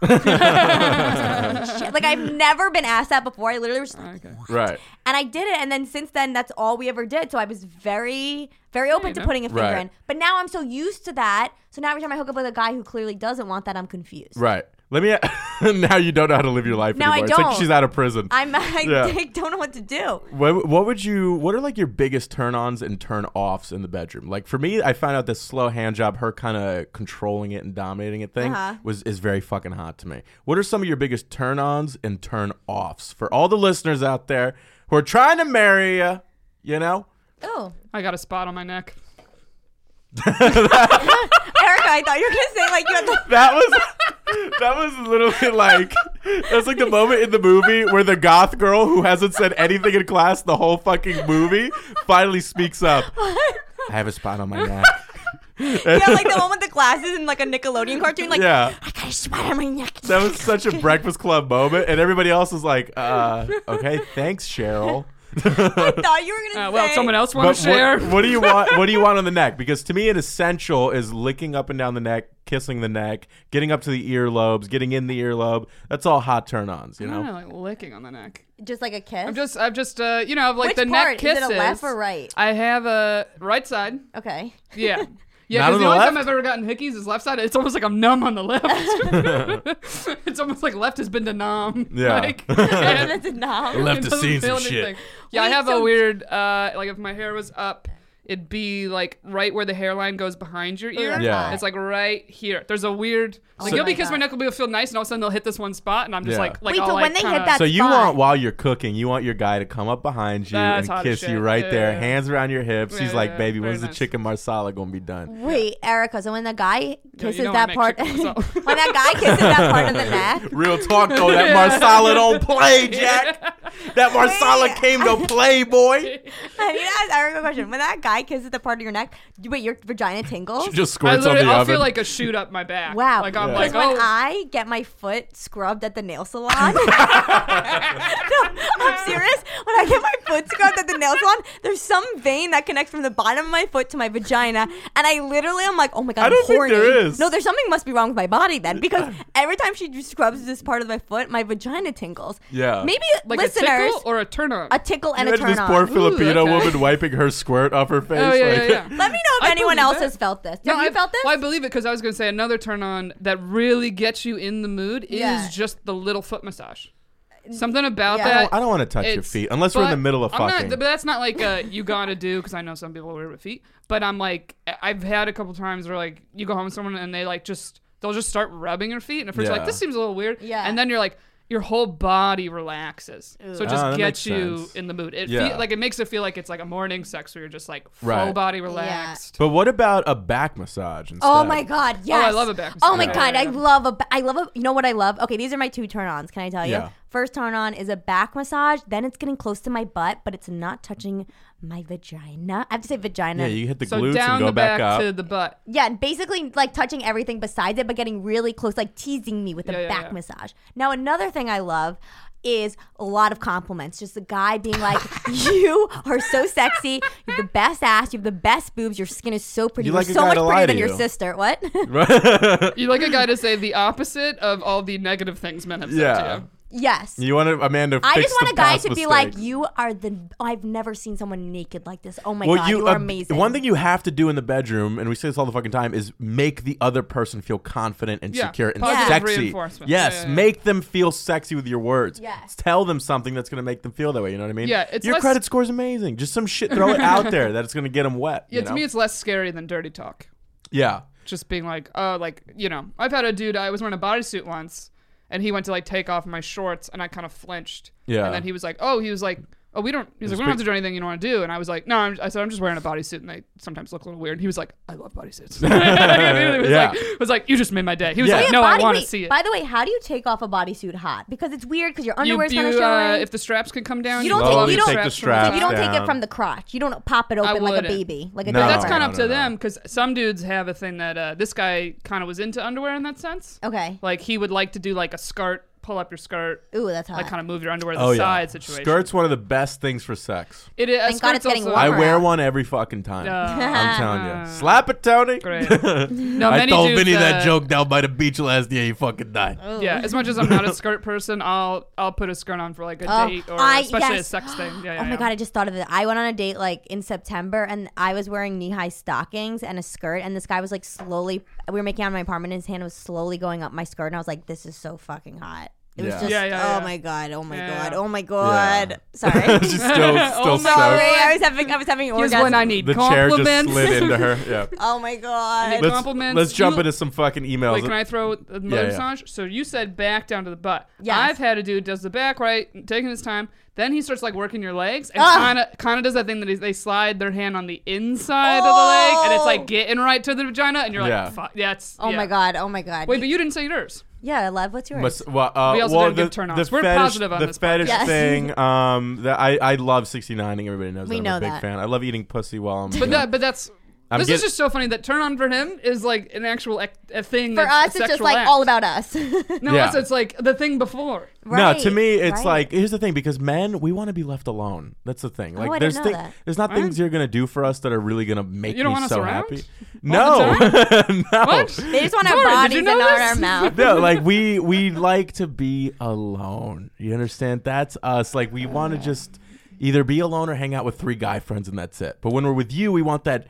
C: what the fuck? Shit. Like I've never been asked that before. I literally was just like,
D: Okay.
B: Right.
C: and I did it. And then since then, that's all we ever did. So I was very, very open to
D: know.
C: putting a finger
B: Right.
C: in. But now I'm so used to that. So now every time I hook up with a guy who clearly doesn't want that, I'm confused.
B: Right. Let me. now you don't know how to live your life
C: No, I
B: anymore. It's like
C: don't.
B: she's out of prison.
C: I'm, I
B: Yeah.
C: don't know what to do.
B: What, what would you? What are like your biggest turn-ons and turn-offs in the bedroom? Like for me, I found out this slow hand job, her kind of controlling it and dominating it thing,
C: Uh-huh.
B: was is very fucking hot to me. What are some of your biggest turn-ons and turn-offs for all the listeners out there who are trying to marry you? You know,
C: Oh,
D: I got a spot on my neck.
C: Erica, I thought you were going to say like you had the.
B: that was that was literally like that's like the moment in the movie where the goth girl who hasn't said anything in class the whole fucking movie finally speaks up. I have a spot on my neck.
C: You know, like the one with the glasses in like a Nickelodeon cartoon. Like,
B: yeah.
C: I got a spot on my neck.
B: That was such a Breakfast Club moment, and everybody else is like, uh, "Okay, thanks, Cheryl."
C: I thought you were gonna
D: Uh, well,
C: say.
D: someone else want to share?
B: What, what do you want? What do you want on the neck? Because to me, an essential is licking up and down the neck, kissing the neck, getting up to the earlobes, getting in the earlobe. That's all hot turn-ons, you
D: I
B: know.
C: Oh,
D: don't know, like licking on the neck.
C: Just like a kiss.
D: I'm just, I'm just, uh, you know, like
C: Which
D: the
C: part?
D: neck kisses.
C: Is it a left or right?
D: I have a right side.
C: okay.
D: Yeah. Yeah,
B: Not on
D: because the,
B: the
D: only
B: left?
D: time I've ever gotten hickeys is left side. It's almost like I'm numb on the left. it's almost like left has been denom.
B: Yeah.
D: Like,
C: That's a knob.
B: Left
D: It
B: has
D: doesn't
B: seen
D: feel
B: some
D: anything.
B: shit.
D: Yeah, I
C: Wait,
D: have
C: so-
D: a weird uh like if my hair was up, it'd be like right where the hairline goes behind your ear.
C: that's
B: Yeah. hot.
D: It's like right here. There's a weird like
C: So-
D: you'll
C: my
D: be kissing my
C: God.
D: neck will be feel nice and all of a sudden they'll hit this one spot and I'm just
B: Yeah.
D: like like
C: Wait,
D: all
C: so
D: like,
C: when they hit
D: kinda-
C: that-
B: So you
C: fine.
B: want while you're cooking, you want your guy to come up behind you
D: That's
B: and
D: hot as
B: kiss you
D: shit.
B: right there,
D: Yeah.
B: hands around your hips.
D: Yeah,
B: He's like,
D: yeah,
B: "Baby,
D: very
B: when's the
D: nice.
B: chicken marsala gonna be done?"
C: Wait, Erica. So when the guy kisses
D: you know
C: that
D: I make
C: part,
D: chicken myself.
C: when that guy kisses that part of the neck,
B: Real talk though, that marsala don't play, Jack. That marsala came to play, boy.
C: I need to ask Erica a question. When that guy kisses the part of your neck, you- wait, your vagina tingles.
B: Just
D: I
B: squirts on
D: literally
B: the
D: I'll
B: oven.
D: feel like a shoot up my back.
C: Wow.
D: Like I'm
B: Yeah.
D: like
C: Because when
D: oh
C: I get my foot scrubbed at the nail salon, no, I'm serious. When I get my foot scrubbed at the nail salon, there's some vein that connects from the bottom of my foot to my vagina, and I literally am like, oh my god,
B: I don't
C: I'm
B: think
C: horny.
B: there is.
C: No, there's something must be wrong with my body then, because every time she scrubs this part of my foot, my vagina tingles.
B: Yeah.
C: Maybe
D: like a
C: listeners,
D: tickle or a turn on.
C: a tickle and
B: You
C: a
B: imagine
C: turn
B: this
C: on.
B: poor
D: Ooh,
B: Filipino
D: okay.
B: woman wiping her squirt off her face.
D: Oh yeah,
B: like-
D: yeah, yeah.
C: Let me know if
D: I
C: anyone
D: believe
C: else
D: that.
C: has felt this. Have you
D: I,
C: felt this?
D: well, I believe it because I was going to say another turn on that really gets you in the mood
C: Yeah.
D: is just the little foot massage. Something about
C: Yeah.
D: that.
B: I don't want to touch your
D: it's-
B: feet unless we're in
D: but
B: the middle of
D: I'm
B: fucking.
D: Not, but that's not like a you gotta do because I know some people are weird with feet. But I'm like, I- I've had a couple times where like you go home with someone and they like just they'll just start rubbing your feet and at first you're
B: Yeah.
D: like this seems a little weird.
C: Yeah.
D: And then you're like. Your whole body relaxes, so it just
B: Ah, that
D: gets
B: makes
D: you
B: sense.
D: in the mood. It
B: Yeah.
D: feel, like it makes it feel like it's like a morning sex where you're just like full
B: Right.
D: body relaxed.
B: But what about a back massage instead?
C: Oh my god, yes.
D: love a back
C: Oh my
D: massage.
C: god,
D: Yeah,
C: I
D: yeah, yeah.
C: love a ba- I love a you know what I love? Okay, these are my two turn-ons, can I tell you?
B: Yeah.
C: First turn-on is a back massage, then it's getting close to my butt, but it's not touching my vagina. I have to say vagina.
B: Yeah, you hit the
D: So
B: glutes
D: down
B: and go
D: the back,
B: back, up.
D: to the butt.
C: Yeah, and basically like touching everything besides it, but getting really close, like teasing me with a
D: Yeah, yeah,
C: back
D: yeah.
C: massage. Now, another thing I love is a lot of compliments. Just the guy being like, "You are so sexy. You have the best ass. You have the best boobs. Your skin is so pretty.
B: You
C: You are
B: like a
C: so
B: guy
C: much
B: to lie
C: prettier
B: to
C: than your
B: you."
C: sister." What?
D: You like a guy to say the opposite of all the negative things men have said
B: Yeah.
D: to you.
C: yes.
B: you want a, a man to fix
C: I just want
B: the
C: a guy
B: past
C: to be
B: mistakes.
C: like, "You are the. oh, I've never seen someone naked like this. Oh my
B: Well,
C: god,
B: you,
C: you, are
B: uh,
C: amazing."
B: One thing you have to do in the bedroom, and we say this all the fucking time, is make the other person feel confident and
D: Yeah,
B: secure and
D: positive
B: sexy. Yes,
D: reinforcement. Yeah, yeah, yeah.
B: make them feel sexy with your words.
C: Yes.
B: tell them something that's gonna make them feel that way. You know what I mean?
D: Yeah, it's
B: your
D: less-
B: credit score's amazing. Just some shit, throw it out there that it's gonna get them wet.
D: Yeah,
B: you
D: to
B: know?
D: me it's less scary than dirty talk.
B: yeah.
D: Just being like, uh, like you know, I've had a dude. I was wearing a bodysuit once, and he went to like take off my shorts, and I kind of flinched.
B: Yeah.
D: And then he was like, oh, he was like, oh, we don't. He's like, we don't have to do anything you don't want to do. And I was like, no, I'm, I said I'm just wearing a bodysuit, and they sometimes look a little weird. He was like, I love bodysuits. yeah. was
B: Yeah.
D: like, was like, you just made my day. He was
B: Yeah.
C: Wait,
D: like,
C: a
D: no, I
C: body-
D: want to
C: wait,
D: see it.
C: By the way, how do you take off a bodysuit hot? Because it's weird because your
D: You,
C: underwear's kind of
D: you, uh,
C: showing.
D: if the straps can come down,
C: You don't
D: pull
C: take-
D: off
C: you don't-
B: Take the
D: from
C: so
D: top.
C: you don't take
B: down.
C: it from the crotch. You don't pop it open like a
D: wouldn't.
C: baby, like a
B: No.
C: diaper.
D: That's
B: Oh,
D: kind of
B: no,
D: up
B: no,
D: to
B: no.
D: them because some dudes have a thing that uh, this guy kind of was into underwear in that sense.
C: Okay.
D: Like he would like to do like a skirt, pull up your skirt,
C: Ooh, that's hot.
D: like kind of move your underwear to the
B: Oh
D: side
B: yeah.
D: situation.
B: Skirt's one of the best things for sex.
D: It is.
C: Thank God it's getting
D: also,
B: I
C: warmer.
B: wear
C: out.
B: one every fucking time.
D: Yeah.
B: I'm telling you. Slap it, Tony.
D: Great. No,
B: I
D: many
B: told
D: dudes,
B: Vinny that
D: uh,
B: joke down by the beach last year. He fucking died.
D: Yeah, as much as I'm not a skirt person, I'll I'll put a skirt on for like a
C: Oh,
D: date or
C: I-
D: especially
C: yes.
D: a sex thing. Yeah, yeah,
C: Oh my
D: yeah.
C: god, I just thought of it. I went on a date like in September and I was wearing knee high stockings and a skirt and this guy was like slowly we were making out in my apartment and his hand was slowly going up my skirt and I was like, This is so fucking hot. It was
B: Yeah.
C: just
D: Yeah, yeah,
C: oh
D: yeah.
C: my god, oh my
D: Yeah,
C: god,
D: yeah.
C: oh my god. Sorry.
B: She's still, still
D: Oh my
C: Sorry,
B: soaked.
D: God.
C: I was having I was having
D: Here's
C: orgasm.
D: when I need
B: The chair
D: compliments.
B: just slid into her. Yeah.
C: Oh my god.
D: Like,
B: Let's,
D: Compliments.
B: let's jump
D: You-
B: into some fucking emails.
D: Wait, can I throw the mud
B: Yeah, yeah.
D: massage? So you said back down to the butt.
C: Yes.
D: I've had a dude does the back right, taking his time. Then he starts like working your legs and
C: Ah.
D: kind of kind of does that thing that is, they slide their hand on the inside of the leg and it's
C: Oh.
D: like getting right to the vagina and you're
B: Yeah.
D: like, fuck, that's
C: Oh
D: yeah.
C: my god, oh my god.
D: Wait, but you didn't say yours.
C: yeah, I love what's yours.
B: Mas- well, uh,
D: We also
B: well,
D: gotta
B: the,
D: give turn-offs.
B: the
D: We're
B: fetish,
D: positive on
B: the
D: this podcast.
B: fetish
C: Yes.
B: thing. Um, that I, I love 69ing. Everybody knows
C: We
B: that
C: know
B: I'm a big
C: that.
B: fan. I love eating pussy while I'm.
D: But
B: doing it.
D: that but that's
B: I'm
D: this is
B: getting-
D: just so funny that turn on for him is like an actual ec- a thing.
C: For us,
D: that's
C: it's
D: a
C: just
D: sexual
C: like
D: act.
C: all about us.
D: No,
B: Yeah.
D: us, it's like the thing before.
B: no, to me, it's like here's the thing because men, we want to be left alone. That's the thing. Like
C: Oh, I
B: there's
C: didn't know
B: thing-
C: that.
B: there's not things you're gonna do for us that are really gonna make
D: You don't
B: me
D: want us
B: so
D: around?
B: happy.
D: All
B: No, no,
D: What?
C: They just want our
D: Sorry, did
C: bodies
D: you
C: and
D: know
C: not
D: this?
C: our mouth.
B: no. Like we we like to be alone. You understand? That's us. Like we want to just either be alone or hang out with three guy friends and that's it. But when we're with you, we want that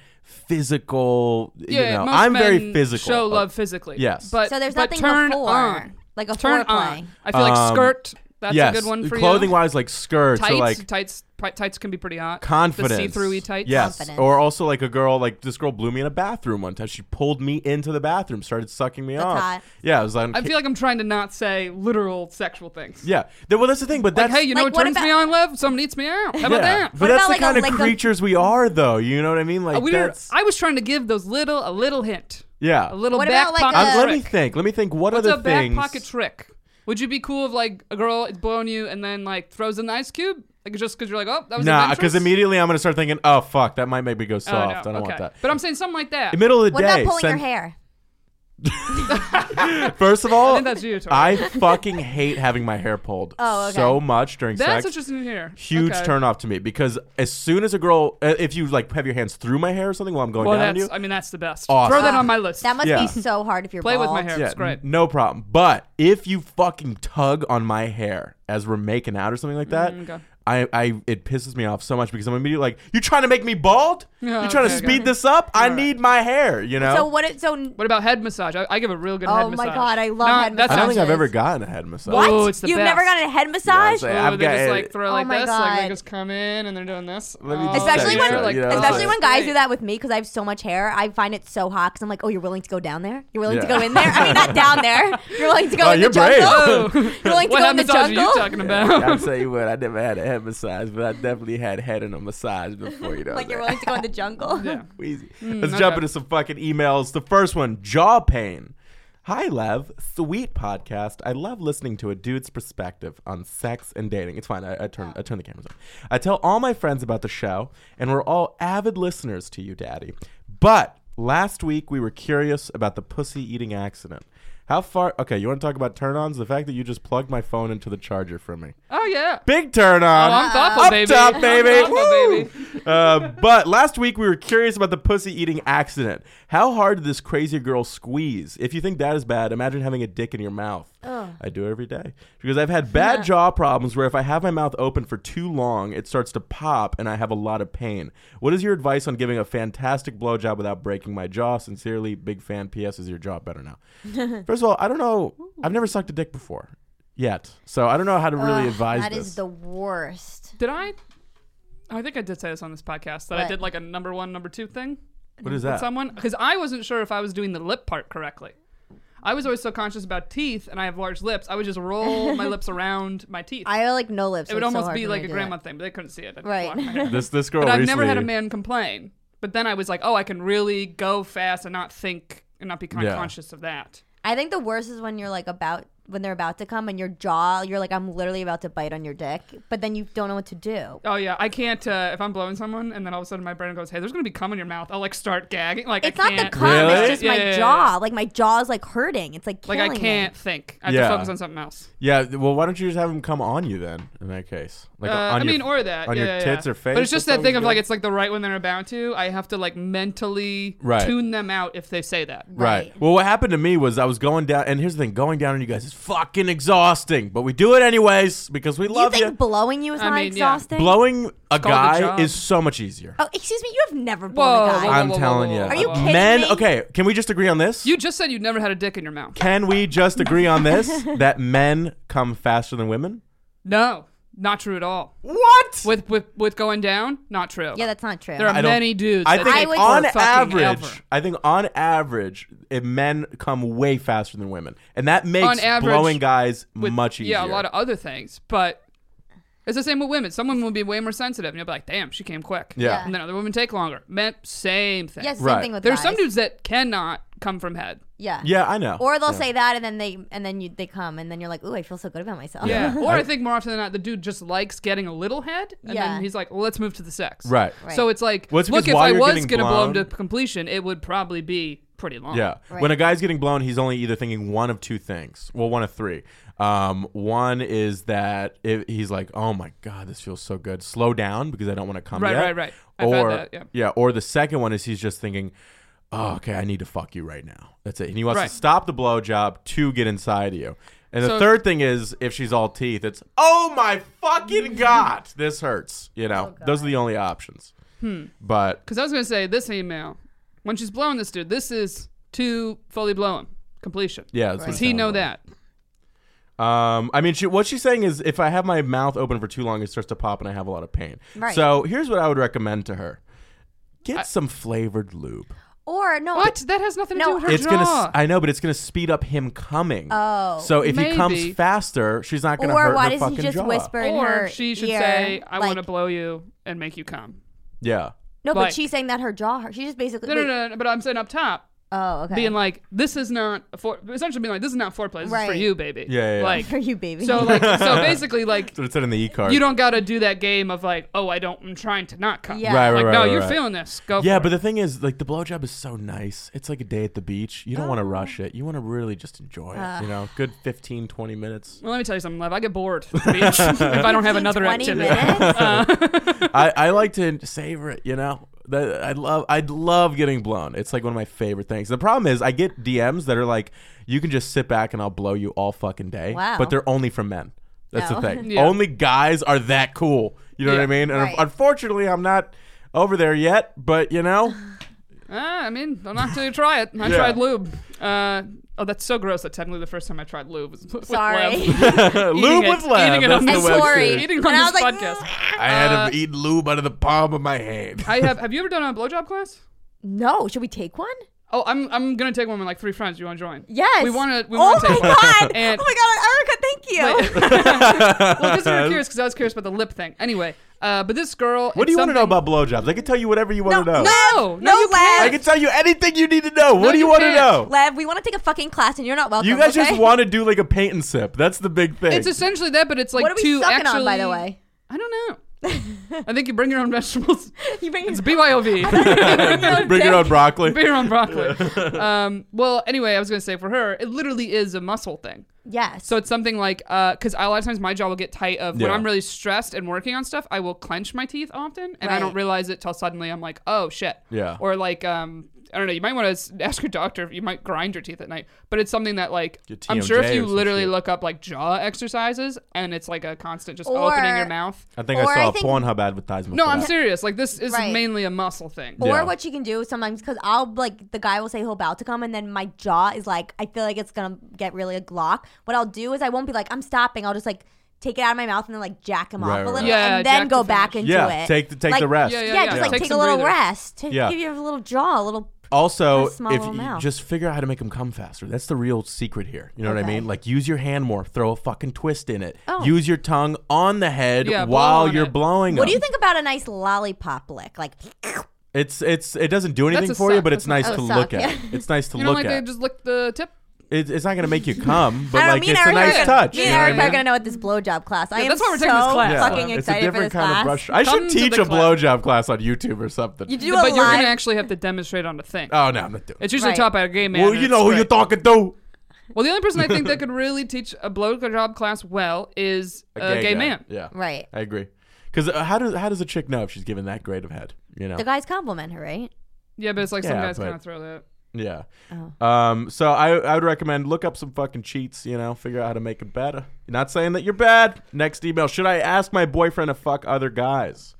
B: physical.
D: Yeah,
B: you know,
D: most
B: I'm
D: men
B: very physical.
D: Show love physically.
B: Yes.
D: but
C: So there's
D: but
C: nothing
D: turn
C: before,
D: on.
C: like a
D: turn
C: foreplay.
D: on. I feel like
B: Um,
D: skirt. That's
B: yes,
D: a good one for
B: clothing
D: you.
B: wise, like skirts
D: tights,
B: or like
D: tights, pri- tights can be pretty hot.
B: confidence,
D: the see-throughy tights.
B: Yes,
C: Confidence.
B: or also like a girl, like this girl blew me in a bathroom one time. She pulled me into the bathroom, started sucking me
C: That's
B: off.
C: hot.
B: Yeah, it was like,
D: I feel like I'm trying to not say literal sexual things.
B: yeah. Th- Well, that's the thing, but
D: Like,
B: that's
D: hey, you know
C: Like, what
D: what turns me
C: about-
D: on, love? Someone eats me out. How
B: yeah.
D: about that? Oh,
B: But
C: What
B: that's
C: about,
B: the
C: like, a
B: kind of
C: lick of-
B: creatures we are, though. You know what I mean? Like
D: Uh, we were,
B: that's
D: I was trying to give those little, a little hint,
B: yeah.
D: a little
C: What
D: back
C: about, like,
D: pocket
C: a-
B: Um,
D: trick.
B: let me think. Let me think. What
D: What's
B: other
D: a back
B: things?
D: pocket trick? Would you be cool if like a girl is blowing you and then like throws an ice cube? Like just because you're like, oh, that was
B: Nah,
D: because
B: because immediately I'm gonna start thinking, oh fuck, that might make me go soft. I don't want that.
D: But I'm saying something like that.
B: In middle of the
C: What
B: day,
C: about pulling your
B: send-
C: hair?
B: First of all,
D: I think that's you, Tori.
B: I fucking hate having my hair pulled
C: Oh, okay.
B: so much during sex.
D: That's interesting to hear.
B: huge
D: Okay.
B: turn off to me because as soon as a girl, uh, if you like have your hands through my hair or something while I'm going
D: Well,
B: down on
D: that's.
B: you,
D: I mean, that's the best.
B: Awesome.
D: Throw that on my list.
C: That must
B: Yeah.
C: be so hard if you're
D: Play with my
C: bald.
D: hair.
B: yeah,
D: It's great.
B: n- no problem. But if you fucking tug on my hair as we're making out or something like that,
D: Mm, okay.
B: I, I it pisses me off so much because I'm immediately like, you trying to make me bald?
D: Yeah,
B: you trying to
D: Oh, okay,
B: speed
D: okay.
B: this up? I need my hair. You know.
C: So what? It, so
D: What about head massage? I, I give a real good
C: Oh
D: head
C: my
D: massage.
C: God, I love
D: Nah,
C: head
D: that
B: I don't think I've
C: massages.
B: ever gotten a head massage.
C: what?
D: Oh, it's the
C: You've
D: best.
C: never gotten a head massage?
B: Yeah,
D: sounds-
B: I've
D: they just
B: got-
D: like throw
C: Oh
D: like
C: my
D: this, like they
C: God.
D: just come in and they're doing this.
B: Let me
D: Oh,
B: just
C: Especially
B: check
C: when-
B: that, you know?
C: Especially
B: Oh,
C: when guys do
D: great.
C: that with me because I have so much hair, I find it so hot because I'm like, oh, you're willing to go down there? You're willing to
B: Yeah.
C: go in there? I mean, not down there. You're willing to go
B: Oh,
C: in
B: you're
C: the
B: brave.
C: jungle?
D: Oh.
C: You're willing to
D: what
C: go
D: head
C: in the
D: massage are you
C: jungle?
D: talking
B: Yeah, I'll
D: about?
B: tell you what, I never had a head massage, but I definitely had head and a massage before. You know,
C: Like,
B: that.
C: you're willing to go in the jungle?
D: Yeah.
B: Wheezy. Let's
D: okay.
B: jump into some fucking emails. The first one, jaw pain. Hi, Lev. Sweet podcast. I love listening to a dude's perspective on sex and dating. It's fine. I, I turn I turn the cameras on. I tell all my friends about the show, and we're all avid listeners to you, Daddy. But last week we were curious about the pussy eating accident. How far? Okay, you want to talk about turn-ons? The fact that you just plugged my phone into the charger for me.
D: Oh yeah.
B: Big turn on.
D: Oh, I'm thoughtful,
B: Up
D: baby.
B: top,
D: I'm
B: baby.
D: thoughtful,
B: Woo!
D: baby.
B: Uh, but last week we were curious about the pussy eating accident. How hard did this crazy girl squeeze? If you think that is bad, imagine having a dick in your mouth.
D: Oh.
B: I do it every day because I've had bad jaw problems where if I have my mouth open for too long, it starts to pop and I have a lot of pain. What is your advice on giving a fantastic blowjob without breaking my jaw? Sincerely, big fan. P.S. Is your jaw better now? First of all, I don't know. I've never sucked a dick before. Yet, so I don't know how to really advise
C: That
B: this.
C: is the worst.
D: Did I? I think I did say this on this podcast that I
C: What?
D: did like a number one, number two thing
B: what is
D: with
B: that?
D: someone because I wasn't sure if I was doing the lip part correctly. I was always so conscious about teeth, and I have large lips. I would just roll my lips around my teeth.
C: I have, like no lips.
D: it
C: so
D: would
C: it's so
D: almost
C: hard
D: be
C: for me
D: like
C: to
D: a
C: do
D: grandma
C: that.
D: thing, but they couldn't see it. I didn't
C: Right.
D: block my hair.
B: This this girl.
D: but I've never
B: recently-
D: had a man complain. But then I was like, oh, I can really go fast and not think and not be con-
B: Yeah.
D: conscious of that.
C: I think the worst is when you're like about when they're about to come and your jaw, you're like, I'm literally about to bite on your dick, but then you don't know what to do.
D: Oh yeah, I can't. Uh, if I'm blowing someone, and then all of a sudden my brain goes, "Hey, there's gonna be cum in your mouth," I'll like start gagging. Like
C: It's
D: I
C: not
D: can't.
C: the cum,
B: Really?
C: it's just
D: Yeah,
C: my
D: yeah, yeah,
C: jaw. Like my jaw's like hurting. It's like
D: Like
C: killing
D: I can't think. I have
B: Yeah.
D: to focus on something else.
B: Yeah, th- well, why don't you just have him come on you then? In that case, like
D: Uh,
B: on
D: I
B: your,
D: mean, or that
B: on
D: yeah,
B: your
D: yeah,
B: tits
D: yeah.
B: or face.
D: But it's
B: or
D: just that
B: something
D: thing of like
B: that?
D: it's like the right when they're about to. I have to like mentally
B: Right.
D: tune them out if they say that.
B: Right.
C: Right.
B: Well, what happened to me was I was going down, and here's the thing: going down on you guys is fucking exhausting, but we do it anyways because we
C: Do you
B: love
C: think blowing you is
D: I
C: not
D: mean, yeah.
C: exhausting?
B: Blowing a
D: called a
B: guy
D: job.
B: is so much easier.
C: oh, excuse me, you have never
D: Whoa,
C: blown a guy.
D: whoa,
B: I'm
D: whoa, whoa,
B: telling
D: whoa,
B: you.
D: whoa,
C: Are you
D: whoa.
C: kidding
B: Men,
C: me?
B: okay, can we just agree on this?
D: You just said you never had a dick in your mouth.
B: can we just agree on this that men come faster than women?
D: No, not true at all.
B: What?
D: With with with going down, not true.
C: Yeah, that's not true.
D: there are
B: I don't-
D: many dudes.
B: I
D: that
B: think
C: I
D: take
C: would-
B: on
D: for fucking
B: average,
D: ever.
B: I think on average, if men come way faster than women, and that makes
D: On average,
B: blowing guys
D: with-
B: much easier.
D: Yeah, a lot of other things, but It's the same with women. Some women will be way more sensitive, and you'll be like, "Damn, she came quick."
B: Yeah.
D: And then other women take longer. Men, same thing.
C: Yes, same
B: Right.
C: thing with
D: There's some
C: guys.
D: dudes that cannot come from head.
C: Yeah.
B: Yeah, I know.
C: Or they'll say that, and then they and then you they come, and then you're like, ooh, I feel so good about myself.
D: Yeah. Or
B: I-
D: I think more often than not, the dude just likes getting a little head, and
C: Yeah.
D: then he's like, well, "Let's move to the sex."
B: Right.
C: Right.
D: So it's like,
B: Well, it's
D: look,
B: because
D: if
B: while
D: I
B: you're
D: was
B: getting
D: gonna blow him to
B: blown-
D: completion, it would probably be pretty long.
B: Yeah.
C: Right.
B: When a guy's getting blown, he's only either thinking one of two things. Well, one of three. Um, one is that if he's like, "Oh my god, this feels so good. Slow down because I don't want to come
D: Right,
B: yet."
D: right, right. I've
B: Or
D: had that, yeah.
B: Or the second one is he's just thinking, "Oh, okay, I need to fuck you right now." That's it. And he wants
D: Right.
B: to stop the blowjob to get inside you. And the
D: So-
B: third thing is if she's all teeth, it's, "Oh my fucking god, this hurts." You
D: Oh,
B: know, those are the only options.
D: Hmm.
B: But
D: Because I was gonna say this email, when she's blowing this dude, this is to fully blow him completion.
B: yeah, that's what
D: Does
B: it
D: he
B: sounds
D: know
B: like.
D: that?
B: Um, I mean, she, what she's saying is if I have my mouth open for too long, it starts to pop and I have a lot of pain.
C: Right.
B: So here's what I would recommend to her: get some flavored lube.
C: Or no.
D: What? That has nothing to
C: No,
D: do with her
B: It's
D: jaw.
B: gonna, s- I know, but it's gonna speed up him coming.
C: Oh.
B: so if he comes
D: maybe.
B: faster, she's not gonna
C: Or
B: hurt
C: why
B: her
C: does
B: fucking
C: he just
B: jaw.
C: whisper in
D: or
C: her
D: she should
C: ear,
D: say, "I want to
C: like-
D: blow you and make you come."
B: Yeah,
C: No, but
D: like-
C: she's saying that her jaw. hurt. She just basically.
D: No,
C: wait.
D: no, no, no. But I'm saying up top,
C: Oh, okay.
D: being like, "This is not a for," essentially being like, "This is not foreplay. This is for
C: Right.
D: you, baby."
B: Yeah, yeah, yeah.
D: Like
C: for you, baby.
D: so, like so basically, like
B: that's what it said in the e card.
D: you don't got to do that game of like, "Oh, I don't. I'm trying to not come."
C: Yeah.
B: Right, right,
D: Like,
B: right,
D: no,
B: right,
D: you're
B: right.
D: feeling this. Go.
B: Yeah,
D: for
B: but the thing is, like the blowjob is so nice. It's like a day at the beach. You don't
C: Oh.
B: want to rush it. You want to really just enjoy it. You know, good 15, 20 minutes.
D: it. well, let me tell you something, love. I get bored at the beach if I don't have another
C: 20
D: activity. Uh,
C: minutes?
B: I, I like to savor it, you know. That I love I love getting blown. It's like one of my favorite things. The problem is I get DMs that are like, you can just sit back and I'll blow you all fucking day.
C: Wow.
B: But they're only from men. That's
C: No.
B: the thing.
D: Oh. Yeah.
B: Only guys are that cool. You know what I
D: Yeah.
B: mean? And
C: Right.
B: unfortunately I'm not over there yet, but you know,
D: Ah, I mean, I'm not till you try it. I
B: Yeah.
D: tried lube. Uh, oh, that's so gross. That technically the first time I tried lube was with
C: Sorry.
D: Lev.
B: lube
D: it-
B: with love.
D: eating it
B: That's
D: on
B: the
D: the-
C: I'm
D: And
B: web
C: sorry.
B: series.
D: Eating
C: And
D: on
C: I
D: this
C: was like,
D: podcast.
B: I had to eat lube out of the palm of my hand.
D: "Mm, I have. Have you ever done a blowjob class?
C: No, should we take one?
D: Oh, I'm I'm gonna take one with like three friends. You want to join?
C: Yes.
D: We want to. We
C: oh
D: want to
C: my
D: take one.
C: god!
D: And-
C: oh my god, Erica, thank you.
D: well, because we were curious, because I was curious about the lip thing. Anyway, uh, but this girl.
B: What do you want to know
D: something-
B: about blowjobs? I can tell you whatever you want to know.
D: No, no, you
C: Lev.
B: I can tell you anything you need to know. what do
D: you
B: you want to
D: can't.
B: know?
C: Lev, we want to take a fucking class, and you're not welcome.
B: You guys
C: okay?
B: just want to do like a paint and sip. That's the big thing.
D: It's essentially that, but it's like
C: What are we
D: two
C: sucking
D: actually.
C: on, by the way?
D: I don't know. I think you bring your own vegetables.
C: You bring
D: It's BYOV.
B: Bring your own broccoli.
D: bring your own broccoli. Um, well, anyway, I was gonna say for her, it literally is a muscle thing.
C: yes.
D: So it's something like because a lot of times my jaw will get tight of when
B: Yeah.
D: I'm really stressed and working on stuff. I will clench my teeth often, and I
C: Right.
D: don't realize it till suddenly I'm like, oh shit.
B: Yeah.
D: Or like um. I don't know. You might want to ask your doctor. if You might grind your teeth at night, but it's something that like
B: Your
D: I'm sure if
B: TMJ or
D: you
B: some
D: literally
B: shit.
D: look up like jaw exercises, and it's like a constant just
C: Or-
D: opening your mouth.
B: I think
C: Or
B: I
C: I
B: saw a
C: think-
B: Pornhub advertisement.
D: No,
B: for
D: I'm
B: that.
D: serious. Like this is
C: Right.
D: mainly a muscle thing.
C: Or
B: Yeah.
C: what you can do sometimes, because I'll like the guy will say he'll about to come, and then my jaw is like I feel like it's gonna get really a glock. What I'll do is I won't be like I'm stopping. I'll just like take it out of my mouth and then like jack him
B: Right,
C: off
B: right,
C: a little,
B: right.
D: Yeah,
C: and
D: jack
C: then go
D: to
C: back
D: finish.
C: into
B: Yeah,
C: it.
B: take the take
C: Like-
B: the rest.
D: Yeah,
C: Yeah,
D: yeah,
C: just
D: yeah.
C: like
D: Take
C: take, a
D: some
C: little
D: breathers.
C: rest. Take,
B: Yeah.
C: Give you a little jaw, a little.
B: Also,
C: Or small
B: if
C: little
B: you
C: mouth.
B: just figure out how to make them come faster, that's the real secret here. You know what I
C: Okay.
B: mean? Like use your hand more, throw a fucking twist in it.
C: Oh.
B: Use your tongue on the head
D: Yeah, blow
B: while
D: on
B: you're
D: it.
B: blowing.
C: What do
B: them.
C: you think about a nice lollipop lick? Like,
B: It's it's it doesn't do anything
D: a
B: for you,
D: suck.
B: but it's
D: That's
B: nice
C: not-
B: to
C: Oh,
B: look
C: suck,
B: at.
C: yeah.
B: It's nice to
D: You know,
B: look
D: like they
B: at.
D: just lick the tip.
B: It, it's not gonna make you come, but
C: I don't
B: like
C: mean
B: it's a nice
D: Erica-
B: touch.
C: me
B: you
C: and
B: know what I
C: Eric
B: mean?
C: are gonna know what this blowjob class. I
D: Yeah,
C: am
D: that's why we're
C: so
D: taking this class.
C: fucking
B: it's a
C: excited for
B: different
C: this
B: kind
C: class.
B: of brush. I
D: Come
B: should
D: to
B: teach
D: the
B: a
D: class.
B: blowjob class on YouTube or something.
C: You do a
D: but you're
C: live-
D: gonna actually have to demonstrate on the thing.
B: oh no, I'm not doing. it.
D: it's usually
C: Right.
D: taught by a gay man.
B: well,
D: and
B: you
D: it's
B: know who
D: great.
B: you're talking to.
D: Well, the only person I think that could really teach a blowjob class well is a, gay,
B: guy.
D: man.
B: Yeah,
C: Right.
B: I agree. Because uh, how does how does a chick know if she's given that grade of head? You know.
C: The guys compliment her, right?
D: Yeah, but it's like some
B: Yeah,
D: guys
B: but-
D: kind of throw that.
B: yeah.
C: Oh.
B: Um. So I I would recommend look up some fucking cheats. You know, figure out how to make it better. Not saying that you're bad. Next email. Should I ask my boyfriend to fuck other guys?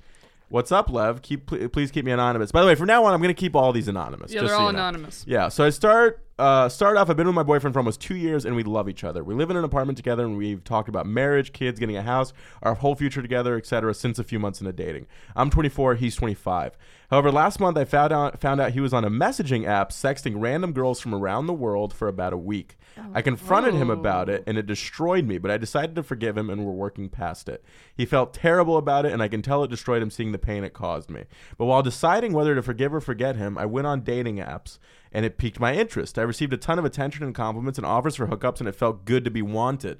B: What's up, Lev? Keep pl- please keep me anonymous. By the way, from now on, I'm gonna keep all these anonymous.
D: Yeah,
B: just
D: they're
B: so
D: all
B: you know.
D: anonymous.
B: Yeah, so I start uh, start off. I've been with my boyfriend for almost two years, and we love each other. We live in an apartment together, and we've talked about marriage, kids, getting a house, our whole future together, etc. Since a few months into dating, I'm 24, he's 25. However, last month I found out found out he was on a messaging app sexting random girls from around the world for about a week. I confronted him about it and it destroyed me, but I decided to forgive him and we're working past it. He felt terrible about it and I can tell it destroyed him seeing the pain it caused me. But while deciding whether to forgive or forget him, I went on dating apps and it piqued my interest. I received a ton of attention and compliments and offers for hookups and it felt good to be wanted.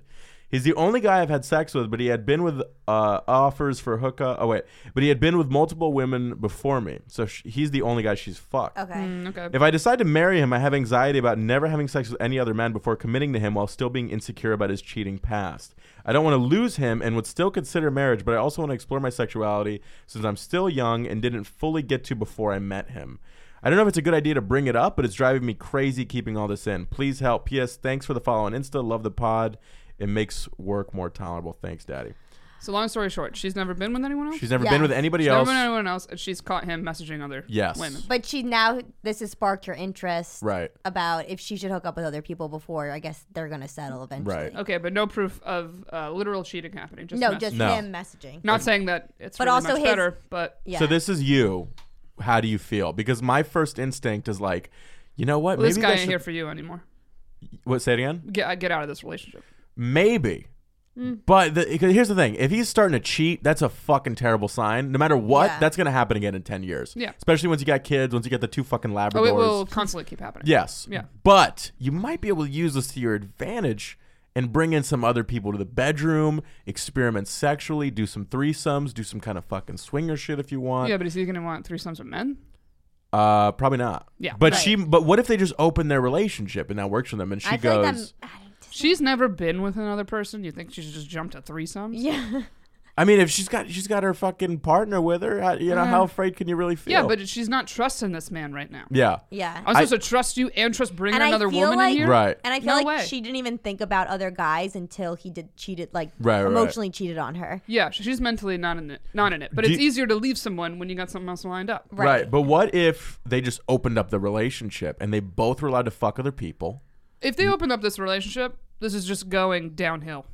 B: He's the only guy I've had sex with, but he had been with uh, offers for hookup. Oh wait, but he had been with multiple women before me, so sh- he's the only guy she's fucked.
C: Okay.
D: Mm, okay.
B: If I decide to marry him, I have anxiety about never having sex with any other man before committing to him, while still being insecure about his cheating past. I don't want to lose him and would still consider marriage, but I also want to explore my sexuality since I'm still young and didn't fully get to before I met him. I don't know if it's a good idea to bring it up, but it's driving me crazy keeping all this in. Please help. P.S. Thanks for the follow on Insta. Love the pod. It makes work more tolerable. Thanks, Daddy.
D: So long story short, she's never been with anyone else.
B: She's never
C: Yeah.
B: been with anybody
D: She's never
B: else.
D: been with anyone else, and she's caught him messaging other
B: Yes.
D: women.
C: But she now this has sparked her interest
B: Right.
C: about if she should hook up with other people before I guess they're gonna settle eventually.
B: Right.
D: Okay, but no proof of uh, literal cheating happening. Just
C: No,
D: mess-
C: just
B: No.
C: him messaging.
D: not saying that it's
C: But
D: really
C: also
D: much
C: his-
D: better, but
C: Yeah.
B: So this is you. How do you feel? Because my first instinct is like, you know what?
D: well, this
B: Maybe
D: guy
B: that
D: ain't
B: should-
D: here for you anymore.
B: What? Say it again.
D: Get uh, get out of this relationship.
B: Maybe.
D: Mm.
B: But the, 'cause here's the thing: if he's starting to cheat, that's a fucking terrible sign. No matter what,
C: Yeah.
B: that's gonna happen again in ten years.
D: Yeah.
B: Especially once you got kids, once you get the two fucking
D: Oh,
B: Labradors.
D: it will constantly keep happening.
B: Yes.
D: Yeah.
B: But you might be able to use this to your advantage and bring in some other people to the bedroom, experiment sexually, do some threesomes, do some kind of fucking swinger shit if you want.
D: Yeah, but is he gonna want threesomes with men?
B: Uh, probably not.
D: Yeah.
B: But
C: Right.
B: she. But what if they just open their relationship and that works for them? And she
C: I feel
B: goes,
C: like that. I don't-
D: She's never been with another person. You think she should just jump to threesomes?
C: Yeah.
B: I mean, if she's got she's got her fucking partner with her, how, you know, how
C: Mm-hmm.
B: afraid can you really feel?
D: Yeah, but she's not trusting this man right now.
B: yeah,
C: Yeah.
D: I'm supposed to trust you and trust bringing
C: And I
D: another
C: feel
D: woman
C: like-
D: in here.
B: right.
C: And I feel
D: No
C: like
D: way.
C: she didn't even think about other guys until he did cheated, like
B: Right, right, right.
C: emotionally cheated on her.
D: Yeah, she- she's mentally not in it. Not in it. But
B: Do
D: it's
B: you-
D: easier to leave someone when you got something else lined up.
B: right, But what if they just opened up the relationship and they both were allowed to fuck other people?
D: If they open up this relationship, this is just going downhill.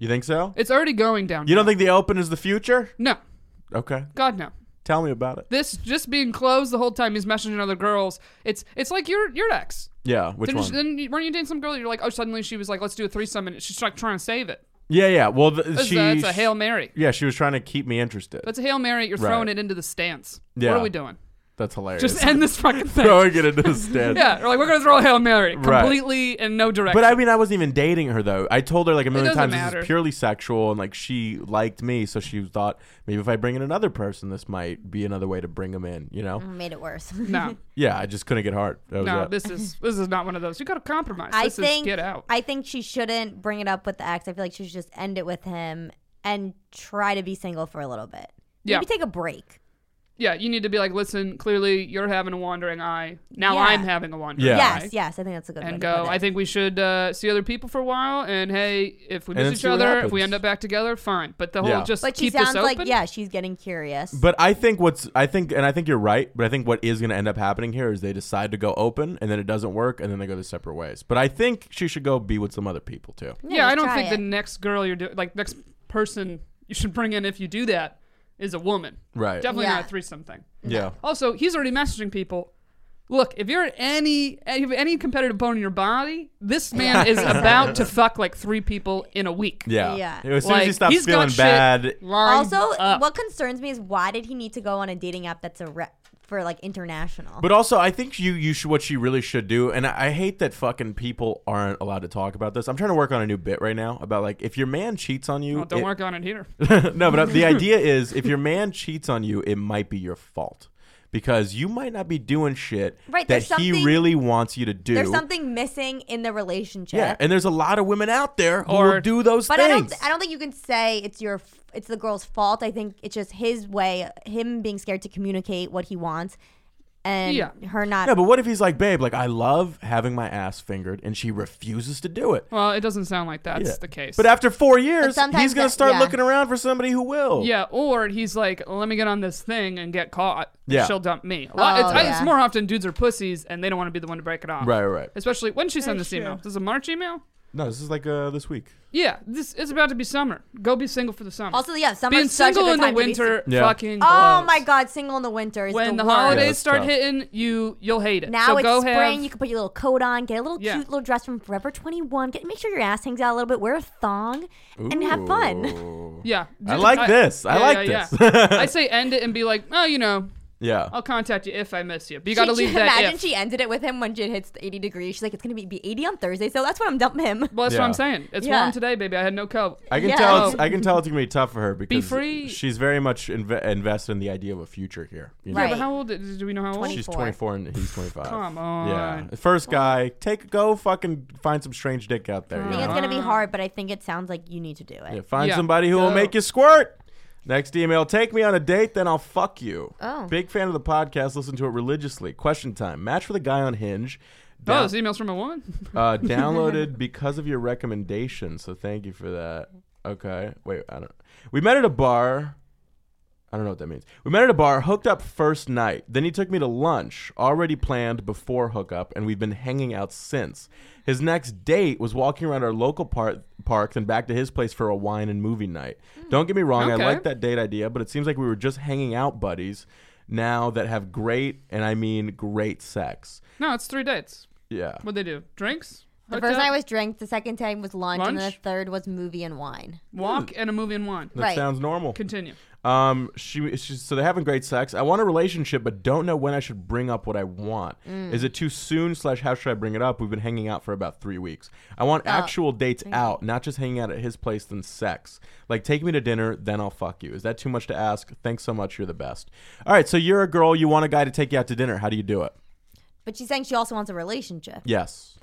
B: You think so?
D: It's already going downhill.
B: You don't think the open is the future?
D: No,
B: Okay,
D: God no.
B: tell me about it.
D: This just being closed the whole time he's messaging other girls. It's it's like your your ex.
B: Yeah, which
D: Didn't
B: one?
D: you, then you- weren't you dating some girl? You're like, oh, suddenly she was like, let's do a threesome, and she's like trying to save it.
B: yeah, yeah. Well, th-
D: That's,
B: she.
D: a, that's a hail mary.
B: Yeah, she was trying to keep me interested. That's,
D: That's a hail mary. You're throwing
B: Right.
D: it into the stance.
B: Yeah.
D: What are we doing?
B: hilarious.
D: Just end this fucking thing.
B: throwing it into the stand.
D: Yeah, we're like we're gonna throw a hail mary
B: Oh, Right.
D: completely in no direction.
B: But I mean, I wasn't even dating her though. I told her like a million
D: doesn't
B: times this
D: matter.
B: is purely sexual, and like she liked me, so she thought maybe if I bring in another person, this might be another way to bring them in. You know?
C: Made it worse.
D: no,
B: Yeah, I just couldn't get hard. That was
D: Mm. no,
B: it.
D: this is this is not one of those. You gotta compromise.
C: I
D: this
C: think
D: is get out.
C: I think she shouldn't bring it up with the ex. I feel like she should just end it with him and try to be single for a little bit.
D: Yeah.
C: Maybe take a break.
D: yeah, you need to be like, listen, clearly you're having a wandering eye. Now
C: Yeah.
D: I'm having a wandering
B: Yeah.
D: eye.
C: Yes, yes, I think that's a good way
D: And
C: to put
D: go,
C: it.
D: I think we should uh, see other people for a while. And hey, if we
B: And then
D: miss each
B: see what
D: other, if we
B: happens.
D: end up back together, fine. But the whole
B: Yeah.
D: just
C: but she
D: keep
C: sounds
D: this open.
C: like yeah, she's getting curious.
B: But I think what's I think and I think you're right, but I think what is going to end up happening here is they decide to go open and then it doesn't work and then they go their separate ways. But I think she should go be with some other people too.
D: Yeah,
C: just
D: I don't
C: try
D: think the
C: it.
D: next girl you're doing, like next person you should bring in if you do that, is a woman.
B: Right.
D: Definitely
C: Yeah.
D: not a threesome thing.
B: Yeah.
D: Also, he's already messaging people. Look, if you're any if you have any competitive bone in your body, this man is about to fuck like three people in a week.
B: Yeah.
C: Yeah.
B: As soon
D: like,
B: as he stops
D: he's got
B: feeling
D: shit
B: bad,
D: lined
C: also,
D: up.
C: what concerns me is why did he need to go on a dating app that's a rep for like international?
B: But also, I think you you should what she really should do, and I, I hate that fucking people aren't allowed to talk about this. I'm trying to work on a new bit right now about like if your man cheats on you.
D: Well, Oh, don't
B: it-
D: work on it here.
B: no, but the idea is if your man cheats on you, it might be your fault because you might not be doing shit
C: Right,
B: that
C: there's
B: he
C: something-
B: really wants you to do.
C: There's something missing in the relationship.
B: yeah, and there's a lot of women out there who
D: Or-
B: will do those
C: But I don't.
B: things.
C: I don't think you can say it's your. f- It's the girl's fault. I think it's just his way. Him being scared to communicate what he wants, and
D: Yeah.
C: her not.
B: no, but what if he's like, babe, like I love having my ass fingered, and she refuses to do it.
D: Well, it doesn't sound like that's
B: Yeah.
D: the case.
B: But after four years,
C: sometimes
B: he's gonna
C: that-
B: start
C: yeah.
B: looking around for somebody who will.
D: yeah, or he's like, let me get on this thing and get caught.
B: Yeah.
D: she'll dump me. A lot,
C: Oh,
D: it's, I- it's
C: yeah.
D: more often dudes are pussies and they don't want to be the one to break it off.
B: Right, right.
D: Especially when she sent this email. This is a March email.
B: No, this is like uh, this week.
D: Yeah, this it's about to be summer. Go be single for the summer.
C: Also, yeah, summer
D: Being
C: is such a
D: single
C: good
D: in the
C: time to be
D: winter
B: Yeah.
D: fucking
C: Oh
D: blows.
C: my god, single in the winter is
D: When the,
C: worst.
D: holidays
B: Yeah, it's
D: start
B: tough.
D: hitting, you you'll hate it.
C: Now
D: so
C: it's
D: go
C: spring.
D: have
C: you can put your little coat on, get a little
D: Yeah.
C: cute little dress from Forever 21. Get, make sure your ass hangs out a little bit. Wear a thong and have fun.
B: Ooh.
D: yeah.
B: I like this. I
D: yeah,
B: like
D: yeah,
B: this.
D: Yeah. I say end it and be like, oh, you know,
B: Yeah.
D: I'll contact you if I miss you. But you
C: She-
D: got to leave
C: she-
D: that.
C: Imagine
D: if.
C: she ended it with him when Jin hits the 80 degrees. She's like, it's going to be, be 80 on Thursday, so that's when I'm dumping him.
D: well, that's what
B: Yeah.
D: I'm saying. It's
C: Yeah.
D: warm today, baby. I had no coat.
B: I can
C: Yeah.
B: tell. It's, I can tell it's gonna be tough for her because
D: Oh. free.
B: she's very much inve- invested in the idea of a future here. you know?
D: Yeah,
C: Right.
D: but how old is, do we know how old?
B: She's
C: 24.
B: 24 and he's 25.
D: Come on.
B: Yeah. First guy, take go fucking find some strange dick out there.
D: I
B: You
C: I
B: know?
C: think it's going to be
D: Uh-huh.
C: hard, but I think it sounds like you need to do it.
B: Yeah, find
D: Yeah.
B: somebody who will
D: Go.
B: make you squirt. Next email, take me on a date, then I'll fuck you.
C: Oh.
B: Big fan of the podcast, listen to it religiously. Question time. Match with a guy on Hinge.
D: Oh,
B: Down-
D: this email's from a woman.
B: uh, downloaded because of your recommendation, so thank you for that. Okay. Wait, I don't We met at a bar. I don't know what that means. We met at a bar, hooked up first night. Then he took me to lunch, already planned before hookup, and we've been hanging out since. His next date was walking around our local par- park, then back to his place for a wine and movie night. Don't get me wrong,
D: Okay.
B: I like that date idea, but it seems like we were just hanging out buddies now that have great, and I mean great sex.
D: no, it's three dates.
B: Yeah.
D: What'd they do? Drinks?
C: The
D: Hooked
C: first
D: up?
C: night was drink, the second time was lunch, and then the
D: Lunch?
C: third was movie and wine.
D: walk and a movie and wine.
B: That
C: Right.
B: sounds normal.
D: Continue.
B: Um, she, she so they're having great sex. I want a relationship, but don't know when I should bring up what I want. Is it too soon? Slash, how should I bring it up? We've been hanging out for about three weeks. I want actual dates out, not just hanging out at his place. Then sex. Like, take me to dinner, then I'll fuck you. Is that too much to ask? Thanks so much. You're the best. All right, so you're a girl. You want a guy to take you out to dinner. How do you do it?
C: But she's saying she also wants a relationship.
B: Yes.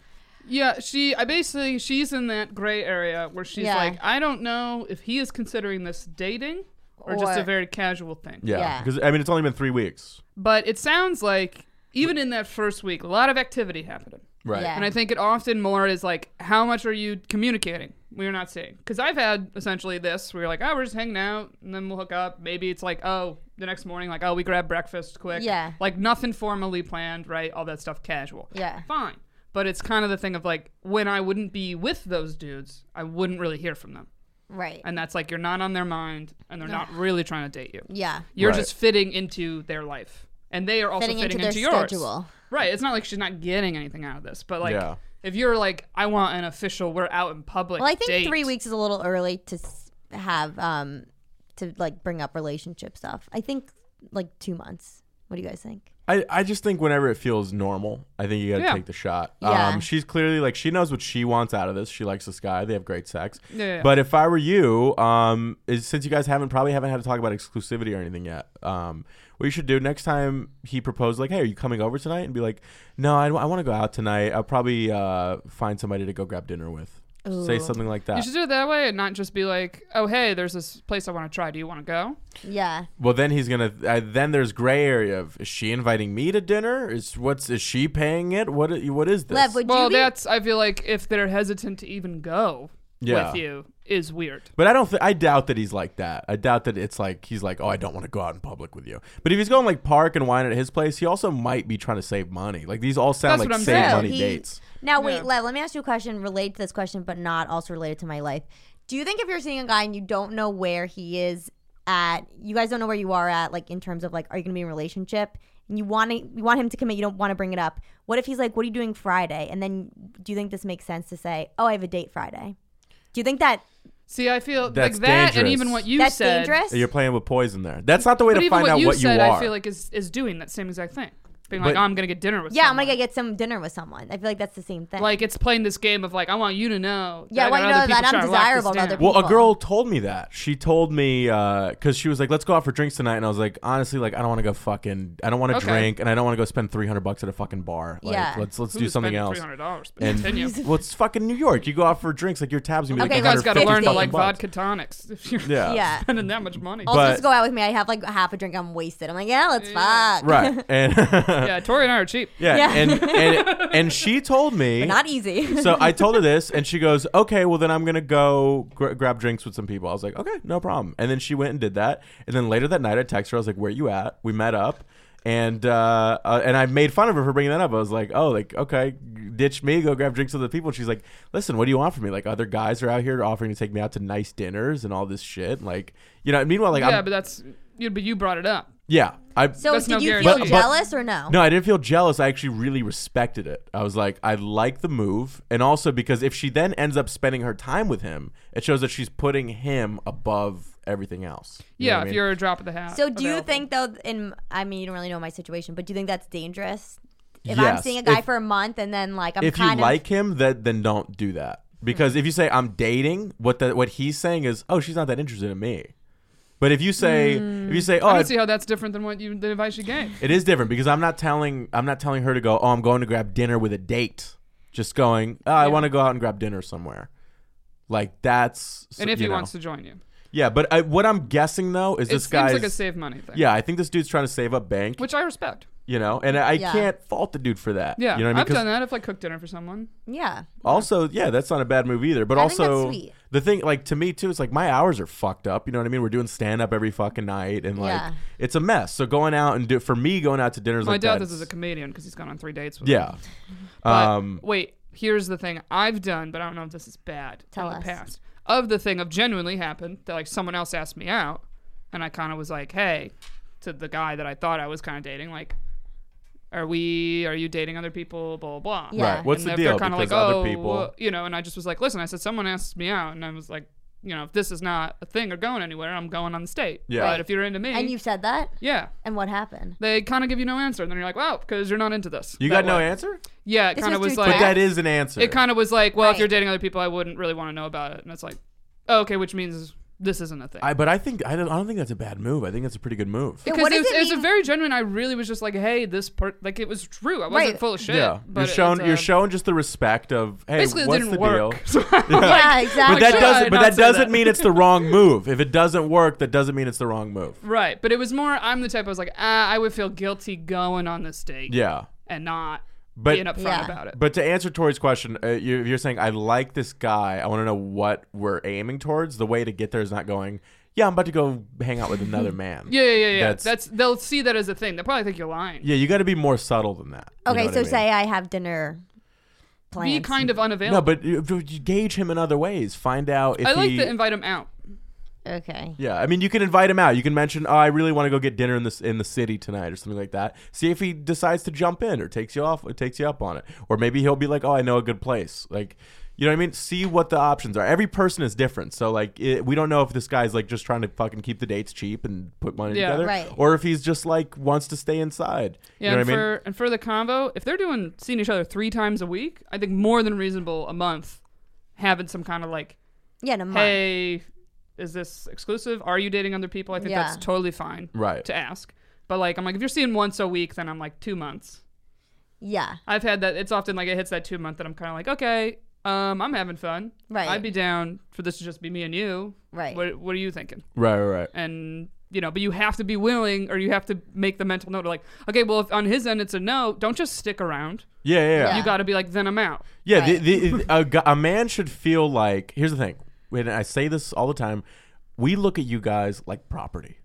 D: Yeah, she. I basically she's in that gray area where she's
C: Yeah.
D: like, I don't know if he is considering this dating or, just
C: Or-
D: a very casual thing.
B: Yeah.
C: Yeah.
B: Because I mean, it's only been three weeks.
D: But it sounds like even in that first week, a lot of activity happening.
B: Right.
C: Yeah.
D: And I think it often more is like, how much are you communicating? We're not seeing. Because I've had essentially this where you're like, oh, we're just hanging out and then we'll hook up. Maybe it's like, oh, the next morning, like, oh, we grab breakfast quick.
C: Yeah.
D: Like nothing formally planned, right? All that stuff casual.
C: Yeah.
D: Fine. But it's kind of the thing of like, when I wouldn't be with those dudes, I wouldn't really hear from them.
C: Right.
D: And that's like, you're not on their mind and they're not really trying to date you.
C: yeah.
D: You're
B: Right.
D: just fitting into their life. And they are also
C: Fitting
D: fitting,
C: into
D: into,
C: their
D: yours.
C: schedule.
D: Right. It's not like she's not getting anything out of this, but like
B: Yeah.
D: if you're like, I want an official, we're out in public.
C: Well, I think
D: date,
C: three weeks is a little early to s- have um to like bring up relationship stuff. I think like two months. What do you guys think?
B: I, I just think whenever it feels normal, I think you got to
D: Yeah.
B: take the shot.
C: Yeah.
B: Um, she's clearly like she knows what she wants out of this. She likes this guy. They have great sex.
D: Yeah, yeah, yeah.
B: But if I were you, um, is, since you guys haven't probably haven't had to talk about exclusivity or anything yet, um, what you should do next time he proposed, like, hey, are you coming over tonight? And be like, no, I, want to go out tonight. I'll probably uh, find somebody to go grab dinner with. Say
C: Ooh.
B: something like
D: You
B: that.
D: should do it that way and not just be like, oh, hey, there's this place I want to try. Do you want to go?
C: Yeah.
B: Well, then he's gonna. Uh, then there's gray area of is she inviting me to dinner? Is what's is she paying it? What i- what is this?
C: Lev, would
D: well,
C: you be?
D: that's, I feel like if they're hesitant to even go
B: Yeah.
D: with you is weird.
B: But I don't. Th- I doubt that he's like that. I doubt that it's like he's like, oh, I don't want to go out in public with you. But if he's going like park and wine at his place, he also might be trying to save money. Like these all sound
D: That's what
B: like
D: I'm
B: save
D: saying.
B: money
C: He-
B: dates.
C: Now wait,
D: Yeah.
C: Lev. Let me ask you a question related to this question, but not also related to my life. Do you think if you're seeing a guy and you don't know where he is at, you guys don't know where you are at, like in terms of like, are you gonna be in a relationship? And you want to, you want him to commit. You don't want to bring it up. What if he's like, "What are you doing Friday?" And then, do you think this makes sense to say, "Oh, I have a date Friday"? Do you think that
D: See, I feel
B: That's
D: like that and
B: dangerous.
D: even what you
C: that's
D: said.
C: dangerous?
B: You're playing with poison there. That's not the way
D: But
B: to
D: even
B: find
D: what
B: out
D: you
B: what
D: said,
B: you are.
D: I feel like is, is doing that same exact thing. Being like,
B: But-
D: oh, I'm going to get dinner with
C: Yeah, I'm
D: someone.
C: gonna go get some dinner with someone. I feel like that's the same thing.
D: Like it's playing this game of like I want you to know.
C: Yeah, I
D: that
C: want
D: got
C: you to know that
D: other people
C: I'm
D: trying to lock this
C: desirable to
D: down.
C: other
B: well, a
C: people.
B: girl told me that. She told me because she was like, "Let's go out for drinks tonight," and I was like, "Honestly, like I don't want to go fucking. I don't want to
D: Okay.
B: drink, and I don't want to go spend three hundred bucks at a fucking bar. Like,
C: Yeah.
B: let's let's
D: Who
B: do
D: is
B: something
D: spending
B: else."
D: $300, but
B: And
D: continue.
B: well, it's fucking New York. You go out for drinks, like your tabs gonna be
C: Okay,
B: like
D: you guys got to
B: 150
D: learn to
B: fucking
D: like
B: bucks.
D: vodka tonics if you're
B: Yeah.
C: yeah.
D: spending that much money.
C: also,
B: but-
C: just go out with me. I have like half a drink. I'm wasted. I'm like, yeah, let's fuck.
B: Right. And
D: yeah, Tori and I are cheap.
B: Yeah,
C: Yeah.
B: And, and and she told me.
C: But not easy.
B: so I told her this, and she goes, "Okay, well then I'm gonna go gr- grab drinks with some people." I was like, "Okay, no problem." And then she went and did that, and then later that night I texted her. I was like, "Where you at?" We met up, And uh, uh, and I made fun of her for bringing that up. I was like, oh, like okay, ditch me, go grab drinks with the people. And she's like, listen, what do you want from me? Like other guys are out here offering to take me out to nice dinners and all this shit. Like you know. Meanwhile, like
D: yeah,
B: I'm,
D: but that's you. But you brought it up.
B: yeah, I
C: So
D: That's
C: did
D: no
C: you feel
B: But-
D: guarantee.
B: but-
C: jealous or no?
B: no, I didn't feel jealous. I actually really respected it. I was like, I like the move. And also because if she then ends up spending her time with him, it shows that she's putting him above everything else. You know
D: Yeah,
B: what I
D: if
B: mean?
D: you're a drop of the hat.
C: So do you
D: available.
C: think though? In I mean, you don't really know my situation, but do you think that's dangerous? If I'm
B: Yes.
C: seeing a guy
B: If-
C: for a month and then like I'm
B: if you
C: kind of
B: like him, that then don't do that. Because if you say I'm dating, what the, what he's saying is, oh, she's not that interested in me. But if you say if you say, oh,
D: Mm. I
B: I-
D: don't see how that's different than what you the advice you gave.
B: it is different because I'm not telling I'm not telling her to go. Oh, I'm going to grab dinner with a date. Just going. Oh, I
D: Yeah.
B: want to go out and grab dinner somewhere. Like that's
D: And if
B: you
D: he
B: know.
D: wants to join you,
B: Yeah, but I, what I'm guessing though is
D: it
B: this
D: seems
B: guy's.
D: like a save money thing.
B: yeah, I think this dude's trying to save up bank,
D: which I respect.
B: you know, and I
C: Yeah.
B: can't fault the dude for that.
D: Yeah,
B: you know what I mean?
D: have
B: 'Cause
D: done that. If I cook dinner for someone,
C: yeah.
B: Also, yeah, that's not a bad move either. But
C: I think that's
B: also,
C: sweet.
B: the thing, like to me too, it's like my hours are fucked up. You know what I mean? We're doing stand up every fucking night, and like
C: Yeah.
B: it's a mess. So going out and do for me going out to dinners
D: my
B: like
D: dad
B: that.
D: this is a comedian because he's gone on three dates with.
B: yeah,
D: But
B: um,
D: wait, here's the thing I've done, but I don't know if this is bad.
C: Tell
D: in the
C: us.
D: past of the thing of genuinely happened that like someone else asked me out, and I kind of was like, hey, to the guy that I thought I was kind of dating, like, are we? Are you dating other people? Blah blah. blah.
C: Yeah.
B: right. What's
D: and
B: the
D: if
B: deal?
D: They're kind of
B: Because
D: like,
B: other
D: oh,
B: people.
D: well," you know, and I just was like, listen, I said someone asked me out, and I was like, you know, if this is not a thing or going anywhere, I'm going on the state.
B: Yeah.
D: But if you're into me,
C: And you said that,
D: yeah,
C: and what happened?
D: they kind of give you no answer, and then you're like, wow, because you're not into this.
B: you got
D: That
B: no
D: way.
B: answer,
D: Yeah, it
C: This
D: kind of
C: was
D: was
C: through
D: like
B: but that is an answer.
D: it kind of was like, well, if
C: Right.
D: you're dating other people, I wouldn't really want to know about it. And it's like, oh, okay, which means this isn't a thing.
B: I, but I think I don't, I don't think that's a bad move. I think that's a pretty good move.
C: Yeah,
D: because
C: what does
D: it, was,
C: it
D: it was a
C: mean-
D: very genuine. I really was just like, hey, this part, like it was true. I wasn't
C: Right.
D: full of shit.
B: yeah,
D: but
B: you're
D: it-
B: showing
D: it's,
B: you're
D: uh,
B: showing just the respect of hey,
D: Basically, it
B: what's
D: didn't
B: the
D: work.
B: deal?
D: So I'm like,
C: yeah, exactly.
B: But that
D: Should I
B: doesn't. But
D: not
B: that
D: say
B: doesn't
D: that?
B: mean it's the wrong move. If it doesn't work, that doesn't mean it's the wrong move.
D: right, but it was more. I'm the type. I was like, ah, I would feel guilty going on this date.
B: Yeah.
D: and not
B: But-
D: being upfront
C: Yeah.
D: about it.
B: But to answer Tori's question, uh, you, you're saying I like this guy. I want to know what we're aiming towards. The way to get there is not going. Yeah, I'm about to go hang out with another man.
D: yeah, yeah, yeah, yeah.
B: That's-
D: That's, they'll see that as a thing. They'll probably think you're lying.
B: Yeah, you got to be more subtle than that. You know
C: Okay,
B: what
C: so
B: I mean?
C: say I have dinner plans.
D: Be kind of unavailable.
B: no, but you, you gauge him in other ways. Find out if
D: I like
B: he.
D: to invite him out.
C: okay.
B: yeah, I mean, you can invite him out. You can mention, "Oh, I really want to go get dinner in this in the city tonight," or something like that. See if he decides to jump in or takes you off, or takes you up on it, or maybe he'll be like, "Oh, I know a good place." Like, you know what I mean? See what the options are. Every person is different, so like, it, we don't know if this guy's like just trying to fucking keep the dates cheap and put money
D: Yeah.
B: together,
C: Right.
B: or if he's just like wants to stay inside.
D: Yeah,
B: you know
D: and,
B: what I mean?
D: for, and for the convo, if they're doing seeing each other three times a week, I think more than reasonable a month having some kind of like,
C: Yeah, in a month.
D: hey, is this exclusive? Are you dating other people? I think
C: Yeah.
D: that's totally fine
B: Right.
D: to ask. But like, I'm like, if you're seeing once a week, then I'm like two months.
C: Yeah,
D: I've had that. It's often like it hits that two month that I'm kind of like, okay, um, I'm having fun.
C: Right.
D: I'd be down for this to just be me and you.
C: Right.
D: What What are you thinking?
B: Right, right, right.
D: and you know, but you have to be willing, or you have to make the mental note, like, okay, well, if on his end it's a no, don't just stick around.
B: Yeah, yeah, yeah.
D: You got to be like, then I'm out.
B: Yeah, the, the, a, gu- a man should feel like. Here's the thing, and I say this all the time. We look at you guys like property.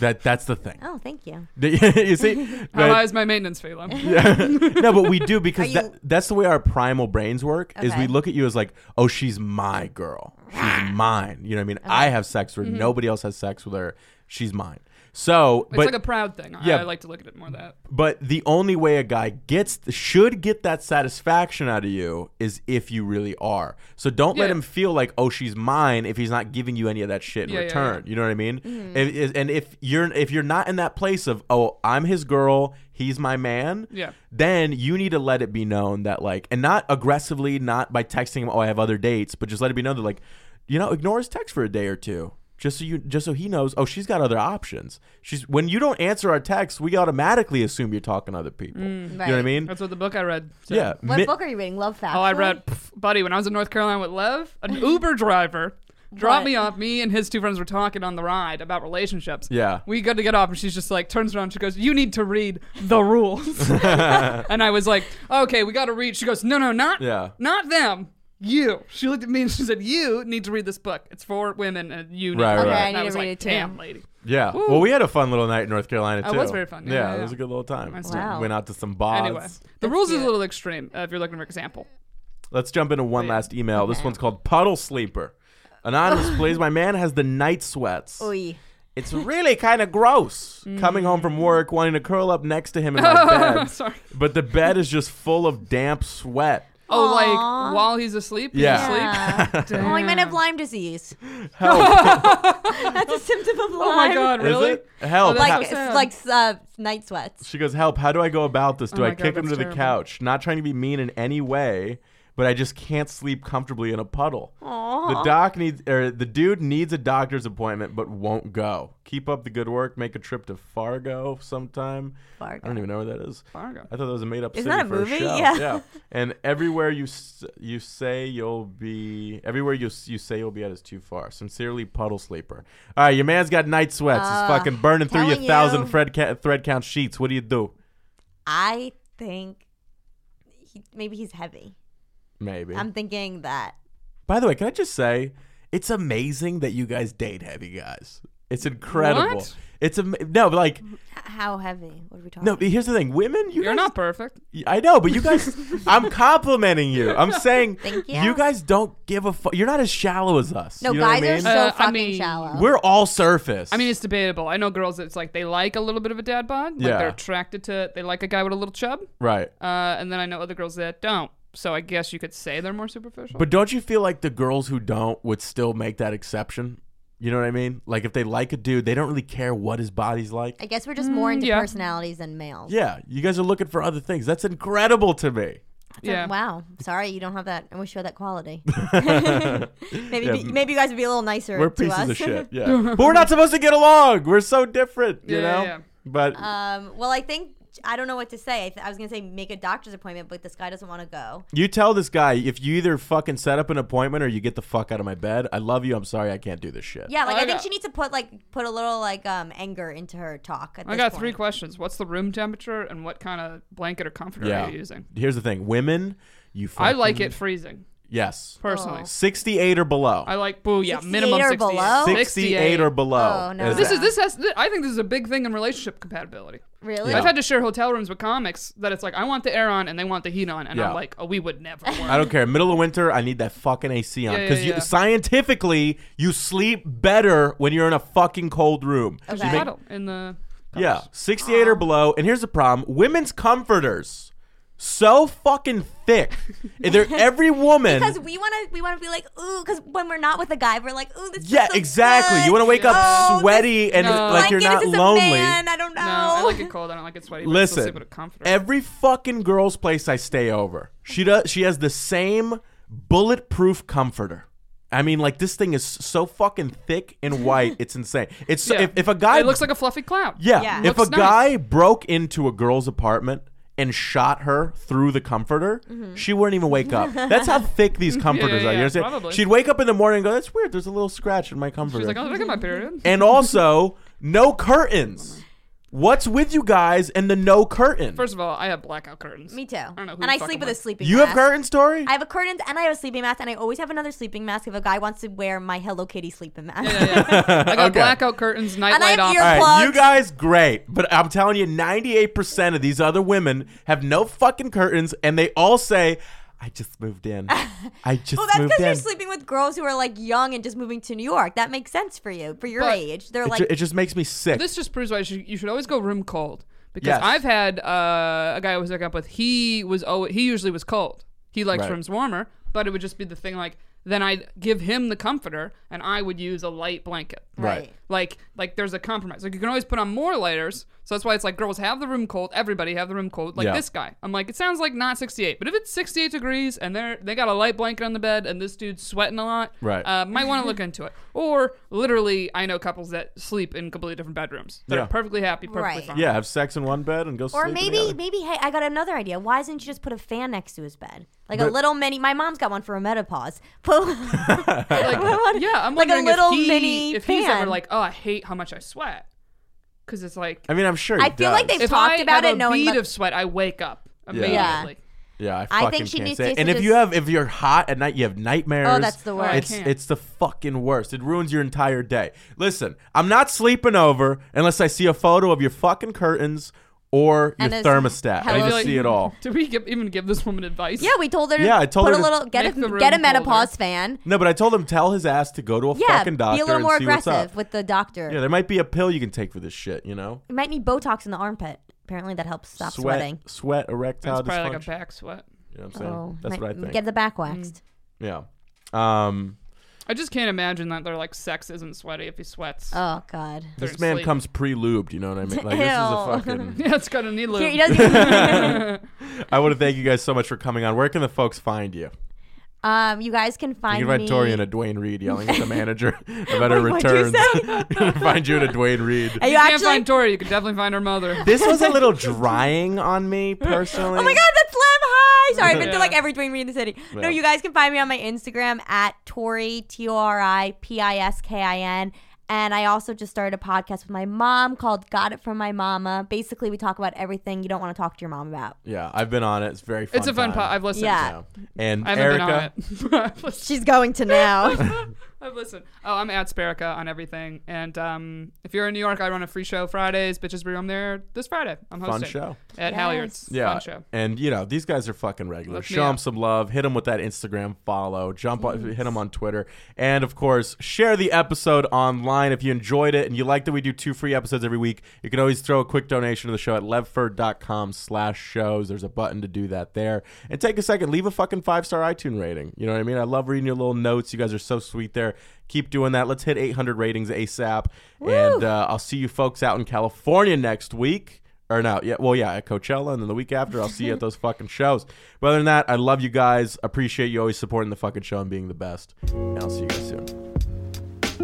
B: that that's the thing.
C: Oh, thank you.
B: you see,
D: How high
B: but,
D: is my maintenance fee? Lem?
B: no, but we do
C: Are
B: because
C: you-
B: that, that's the way our primal brains work. Is we
C: Okay.
B: look at you as like, oh, she's my girl. She's mine. You know what I mean? I have sex with her. Nobody else has sex with her. She's mine. So,
D: It's
B: but
D: like a proud thing.
B: Yeah.
D: I, I like to look at it more that.
B: but the only way a guy gets should get that satisfaction out of you is if you really are. So don't let
D: Yeah.
B: him feel like oh she's mine if he's not giving you any of that shit in
D: Yeah, Mm-hmm. yeah,
B: return. You know what I mean? If- is- and if you're if you're not in that place of oh I'm his girl, he's my man,
D: Yeah.
B: then you need to let it be known that like and not aggressively, not by texting him oh I have other dates, but just let it be known that like you know ignore his text for a day or two. Just so you, just so he knows. Oh, she's got other options. She's when you don't answer our texts, we automatically assume you're talking to other people. you know what I
C: Right.
B: mean?
D: Mm, That's what the book I read. said.
B: Yeah.
C: What
B: Mi-
C: book are you reading? Love Factory.
D: Oh, I read, pff, buddy, when I was in North Carolina with Lev, an Uber driver dropped
C: What?
D: me off. Me and his two friends were talking on the ride about relationships.
B: Yeah.
D: We got to get off, and she's just like, turns around, she goes, You need to read the rules. and I was like, Okay, we got to read. She goes, No, no, not,
B: Yeah.
D: not them. You. She looked at me and she said, You need to read this book. It's for women, and you need
B: Right,
D: to
B: right.
D: read it."
B: Okay, I
D: And
C: need
D: I
C: to
D: was
C: read
D: like,
C: it too.
D: Damn, lady.
B: Yeah.
D: Woo.
B: Well, we had a fun little night in North Carolina too.
D: It was very fun.
B: Yeah,
D: Yeah, yeah,
B: it
D: yeah.
B: was a good little time.
D: Nice
C: Wow.
B: Went out to some bars.
D: Anyway, the rules is a
C: cute.
D: little extreme uh, if you're looking for example.
B: Let's jump into one last email. This one's called Puddle Sleeper. Anonymous, please. My man has the night sweats.
C: Oy.
B: It's really kind of gross. Coming home from work, wanting to curl up next to him in my bed,
D: Oh, Sorry.
B: but the bed is just full of damp sweat.
D: Oh,
C: Aw.
D: like while he's asleep,
B: Yeah.
D: he's
C: Yeah.
D: asleep.
C: Oh, he might have
D: Damn.
C: Lyme disease.
B: Help!
C: That's a symptom of Lyme.
D: Oh my god,
B: Is
D: really?
B: it? Help!
D: Oh, that's
B: How-
C: Like
D: so
C: like uh,
D: sad.
C: night sweats.
B: she goes, "Help! How do I go about this? Do
D: Oh
B: I
D: my God,
B: kick him to
D: that's
B: the
D: terrible.
B: couch? Not trying to be mean in any way, but I just can't sleep comfortably in a puddle." The doc needs, or the dude needs a doctor's appointment, but won't go. Keep up the good work. Make a trip to Fargo sometime.
C: Fargo.
B: I don't even know where that is.
D: Fargo.
B: I thought that was a made-up
C: Isn't
B: city
C: that a
B: for
C: movie?
B: show.
C: Yeah.
B: And everywhere you s- you say you'll be, everywhere you s- you say you'll be at is too far. Sincerely, puddle sleeper. All right, your man's got night sweats.
C: Ugh,
B: He's fucking burning through your
C: Uh, telling
B: thousand
C: you.
B: thread, ca- thread count sheets. What do you do?
C: I think he, maybe he's heavy.
B: Maybe.
C: I'm thinking that.
B: By the way, can I just say, it's amazing that you guys date heavy guys. It's incredible.
D: What?
B: It's am- no, but like
C: How heavy? What are we talking?
B: no. but Here's the thing, women. You
D: You're
B: guys,
D: not perfect.
B: I know, but you guys. I'm complimenting you. I'm saying
C: Thank you.
B: guys don't give a fuck. You're not as shallow as us.
C: No,
B: you know
C: guys
B: what I
C: are
B: mean?
C: so
D: Uh, I
C: fucking
D: mean,
C: shallow.
B: We're all surface.
D: I mean, it's debatable. I know girls that's like they like a little bit of a dad bod. Like
B: Yeah.
D: they're attracted to. They like a guy with a little chub.
B: right.
D: Uh, and then I know other girls that don't. So I guess you could say they're more superficial.
B: But don't you feel like the girls who don't would still make that exception? You know what I mean? Like if they like a dude, they don't really care what his body's like.
C: I guess we're just more into
D: Mm, yeah.
C: personalities than males.
B: yeah, you guys are looking for other things. That's incredible to me.
C: So,
D: yeah.
C: Wow. Sorry, you don't have that. I wish you had that quality. maybe maybe you guys would be a little nicer
B: We're
C: to
B: pieces
C: us.
B: of shit. Yeah. but we're not supposed to get along. We're so different, you
D: Yeah,
B: know?
D: yeah, yeah.
B: But
C: um, well, I think I don't know what to say. I, th- I was gonna say make a doctor's appointment, but this guy doesn't want to go.
B: you tell this guy if you either fucking set up an appointment or you get the fuck out of my bed. I love you. I'm sorry. I can't do this shit.
C: Yeah, like I,
D: Oh, I
C: think
D: got-
C: she needs to put like put a little like um anger into her talk. At
D: I
C: this
D: got
C: point.
D: three questions. What's the room temperature, and what kind of blanket or comforter
B: Yeah.
D: are you using?
B: Here's the thing, women. You. Fucking,
D: I like it freezing
B: Yes.
D: personally.
C: Oh.
B: 68 or below.
D: I like boo yeah
C: 68
D: minimum
C: or
D: 68.
C: below?
B: 68, or
C: Oh,
B: below.
C: no.
B: Is
D: This
B: that-
D: is this has I think this is a big thing in relationship compatibility.
C: Really?
B: Yeah.
D: I've had to share hotel rooms with comics that it's like I want the air on and they want the heat on, and
B: Yeah.
D: I'm like, oh, we would never.
B: I
D: Work.
B: don't care. Middle of winter, I need that fucking AC on
D: Yeah, yeah,
B: because
D: yeah.
B: you scientifically you sleep better when you're in a fucking cold room.
C: Okay.
B: You make-
D: Cuddle in the
B: yeah, 68 or below. And here's the problem: women's comforters so fucking thick. They're every woman.
C: Because we want to, we want to be like, ooh. Because when we're not with a guy, we're like, ooh, this. feels
B: yeah,
C: so
B: exactly.
C: Good.
B: You want to wake up
C: Oh, this
B: sweaty and
D: No.
B: like you're
C: blanket,
B: not
C: is this a
B: lonely.
C: man? I don't know.
D: No, I like it cold. I don't like it sweaty. but I still
B: Listen,
D: sleep with a comforter.
B: every fucking girl's place I stay over, she does. She has the same bulletproof comforter. I mean, like this thing is so fucking thick and white, it's insane. It's so,
D: Yeah.
B: if, if a guy
D: it looks like a fluffy cloud.
B: yeah,
C: Yeah.
B: if a
D: Looks nice.
B: guy broke into a girl's apartment and shot her through the comforter, she wouldn't even wake up. That's how thick these comforters
D: Mm-hmm. yeah,
B: are. You
D: yeah,
B: understand?
D: probably.
B: She'd wake up in the morning and go, "That's weird. There's a little scratch in my comforter."
D: She's like, oh, look at my period.
B: and also, no curtains. What's with you guys and the no curtain?
D: First of all, I have blackout curtains.
C: Me too.
D: don't know
C: and
D: who you
C: I
D: fucking
C: sleep with a
D: with.
C: sleeping.
B: You
C: mask.
B: have curtain story?
C: I have a curtains and I have a sleeping mask, and I always have another sleeping mask if a guy wants to wear my Hello Kitty sleeping mask.
D: I got
B: Okay.
D: blackout curtains,
C: And I
D: nightlight
C: have
D: off.
C: ear-
B: All right, you
C: Plugs.
B: guys, great. But I'm telling you, 98% of these other women have no fucking curtains, and they all say, I just moved in. I just
C: well, Oh, that's
B: moved
C: because
B: in.
C: you're sleeping with girls who are like young and just moving to New York. That makes sense for you, for your
D: But-
C: age. They're
B: it,
C: like,
B: ju- it just makes me sick.
D: This just proves why you should, you should always go room cold. Because
B: Yes.
D: I've had uh, a guy I was hooking up with. He was always, he usually was cold. He likes
B: Right.
D: rooms warmer, but it would just be the thing like then I'd give him the comforter and I would use a light blanket.
B: right.
D: Like like there's a compromise. Like you can always put on more lighters. So that's why it's like girls have the room cold. Everybody have the room cold. Like
B: Yeah.
D: this guy. I'm like it sounds like not 68, but if it's 68 degrees and they're they got a light blanket on the bed and this dude's sweating a lot,
B: Right.
D: Uh, might want to look into it. Or literally, I know couples that sleep in completely different bedrooms. They're
B: Yeah.
D: perfectly happy, perfectly
C: Right.
D: fine.
B: Yeah, have sex in one bed and go sleep
C: or
B: in the
C: maybe,
B: other.
C: maybe, hey, I got another idea. Why doesn't you just put a fan next to his bed? Like a
B: But-
C: little mini. My mom's got one for a menopause. Put,
D: Like, yeah, I'm
C: Like a
D: wondering
C: little
D: if, he,
C: mini
D: if he's ever
C: fan.
D: like, oh, I hate how much I sweat, because it's like
B: I mean, I'm sure. he
C: I feel like
B: does.
C: they-
D: if
C: talked
D: I
C: about
D: have
C: it
D: a
C: knowing
D: bead
C: that-
D: of sweat, I wake up
B: Yeah.
D: immediately.
C: Yeah.
B: Yeah, I,
C: I
B: fucking
C: think she
B: can't
C: needs
B: say it.
C: to
B: And if
C: just-
B: you have, if you're hot at night, you have nightmares.
C: that's the worst.
D: I
B: It's
D: can't.
B: it's the fucking worst. It ruins your entire day. Listen, I'm not sleeping over unless I see a photo of your fucking curtains or your
C: And it's
B: thermostat. I
C: hella-
B: need to
D: I feel like-
B: see it all.
D: Did we give, even give this woman advice?
C: Yeah, we told her. To
B: Yeah, I told
C: put
B: her to
C: a little get
D: Make the
C: a
D: room
C: get a
D: colder.
C: menopause fan.
B: No, but I told him tell his ass to go to a
C: Yeah,
B: fucking doctor
C: be a little more
B: and see what's
C: aggressive
B: up.
C: with the doctor.
B: yeah, there might be a pill you can take for this shit. You know,
C: You might need Botox in the armpit. Apparently, that helps stop
B: sweat,
C: sweating.
B: sweat, erectile
D: It's probably like a
B: dysfunction.
D: back sweat.
B: you know what I'm saying?
C: Oh,
B: That's
C: might
B: what I think.
C: Get the back waxed.
B: yeah. Um,
D: I just can't imagine that their like sex isn't sweaty if he sweats.
C: Oh God.
D: They're
B: this man
D: asleep.
B: comes pre-lubed. You know what I mean? Like this is a
C: Ew.
B: fucking.
D: Yeah, it's gonna
C: Here,
D: need lube.
C: he doesn't.
B: I want to thank you guys so much for coming on. Where can the folks find you?
C: um, you guys can find
B: You can
C: me.
B: find Tori and a Dwayne Reed yelling at the manager about her
C: Wait, what'd you
B: returns.
C: say?
B: you can find you and a Dwayne Reed.
C: Are you,
D: you can't
C: actually?
D: find Tori. You can definitely find her mother.
B: This was a little drying on me personally.
C: Oh my god, that's Lem High! Sorry, I've been to
D: Yeah.
C: like every Dwayne Reed in the city.
B: Yeah.
C: No, you guys can find me on my Instagram at Tori, T O R I P I S K I N. And I also just started a podcast with my mom called Got It From My Mama. Basically, we talk about everything you don't want to talk to your mom about.
B: Yeah, I've been on it. It's very fun.
D: It's a fun
B: time.
D: pod. I've listened.
C: Yeah.
B: Yeah. And
D: I haven't
B: Erica,
D: been on it. I've listened.
C: She's going to now.
D: I've listened. Oh, I'm at Sperica on everything. And um, if you're in New York, I run a free show Fridays. Bitches Brew. I'm there this Friday. I'm
B: Fun
D: hosting.
B: show.
D: At
C: Yes.
D: Halliard's.
B: yeah,
D: Fun show.
B: and you know these guys are fucking regular.
D: Look me
B: Show them
D: up.
B: some love. Hit them with that Instagram follow. Jump on, hit them on Twitter, and of course share the episode online if you enjoyed it and you like that we do two free episodes every week. You can always throw a quick donation to the show at levford.com/shows. There's a button to do that there, and take a second, leave a fucking five star iTunes rating. You know what I mean? I love reading your little notes. You guys are so sweet there. Keep doing that. Let's hit 800 ratings asap, and uh, I'll see you folks out in California next week or no, yeah, well, yeah, at Coachella, and then the week after, I'll see you at those fucking shows. But other than that, I love you guys. Appreciate you always supporting the fucking show and being the best. And I'll see you guys soon.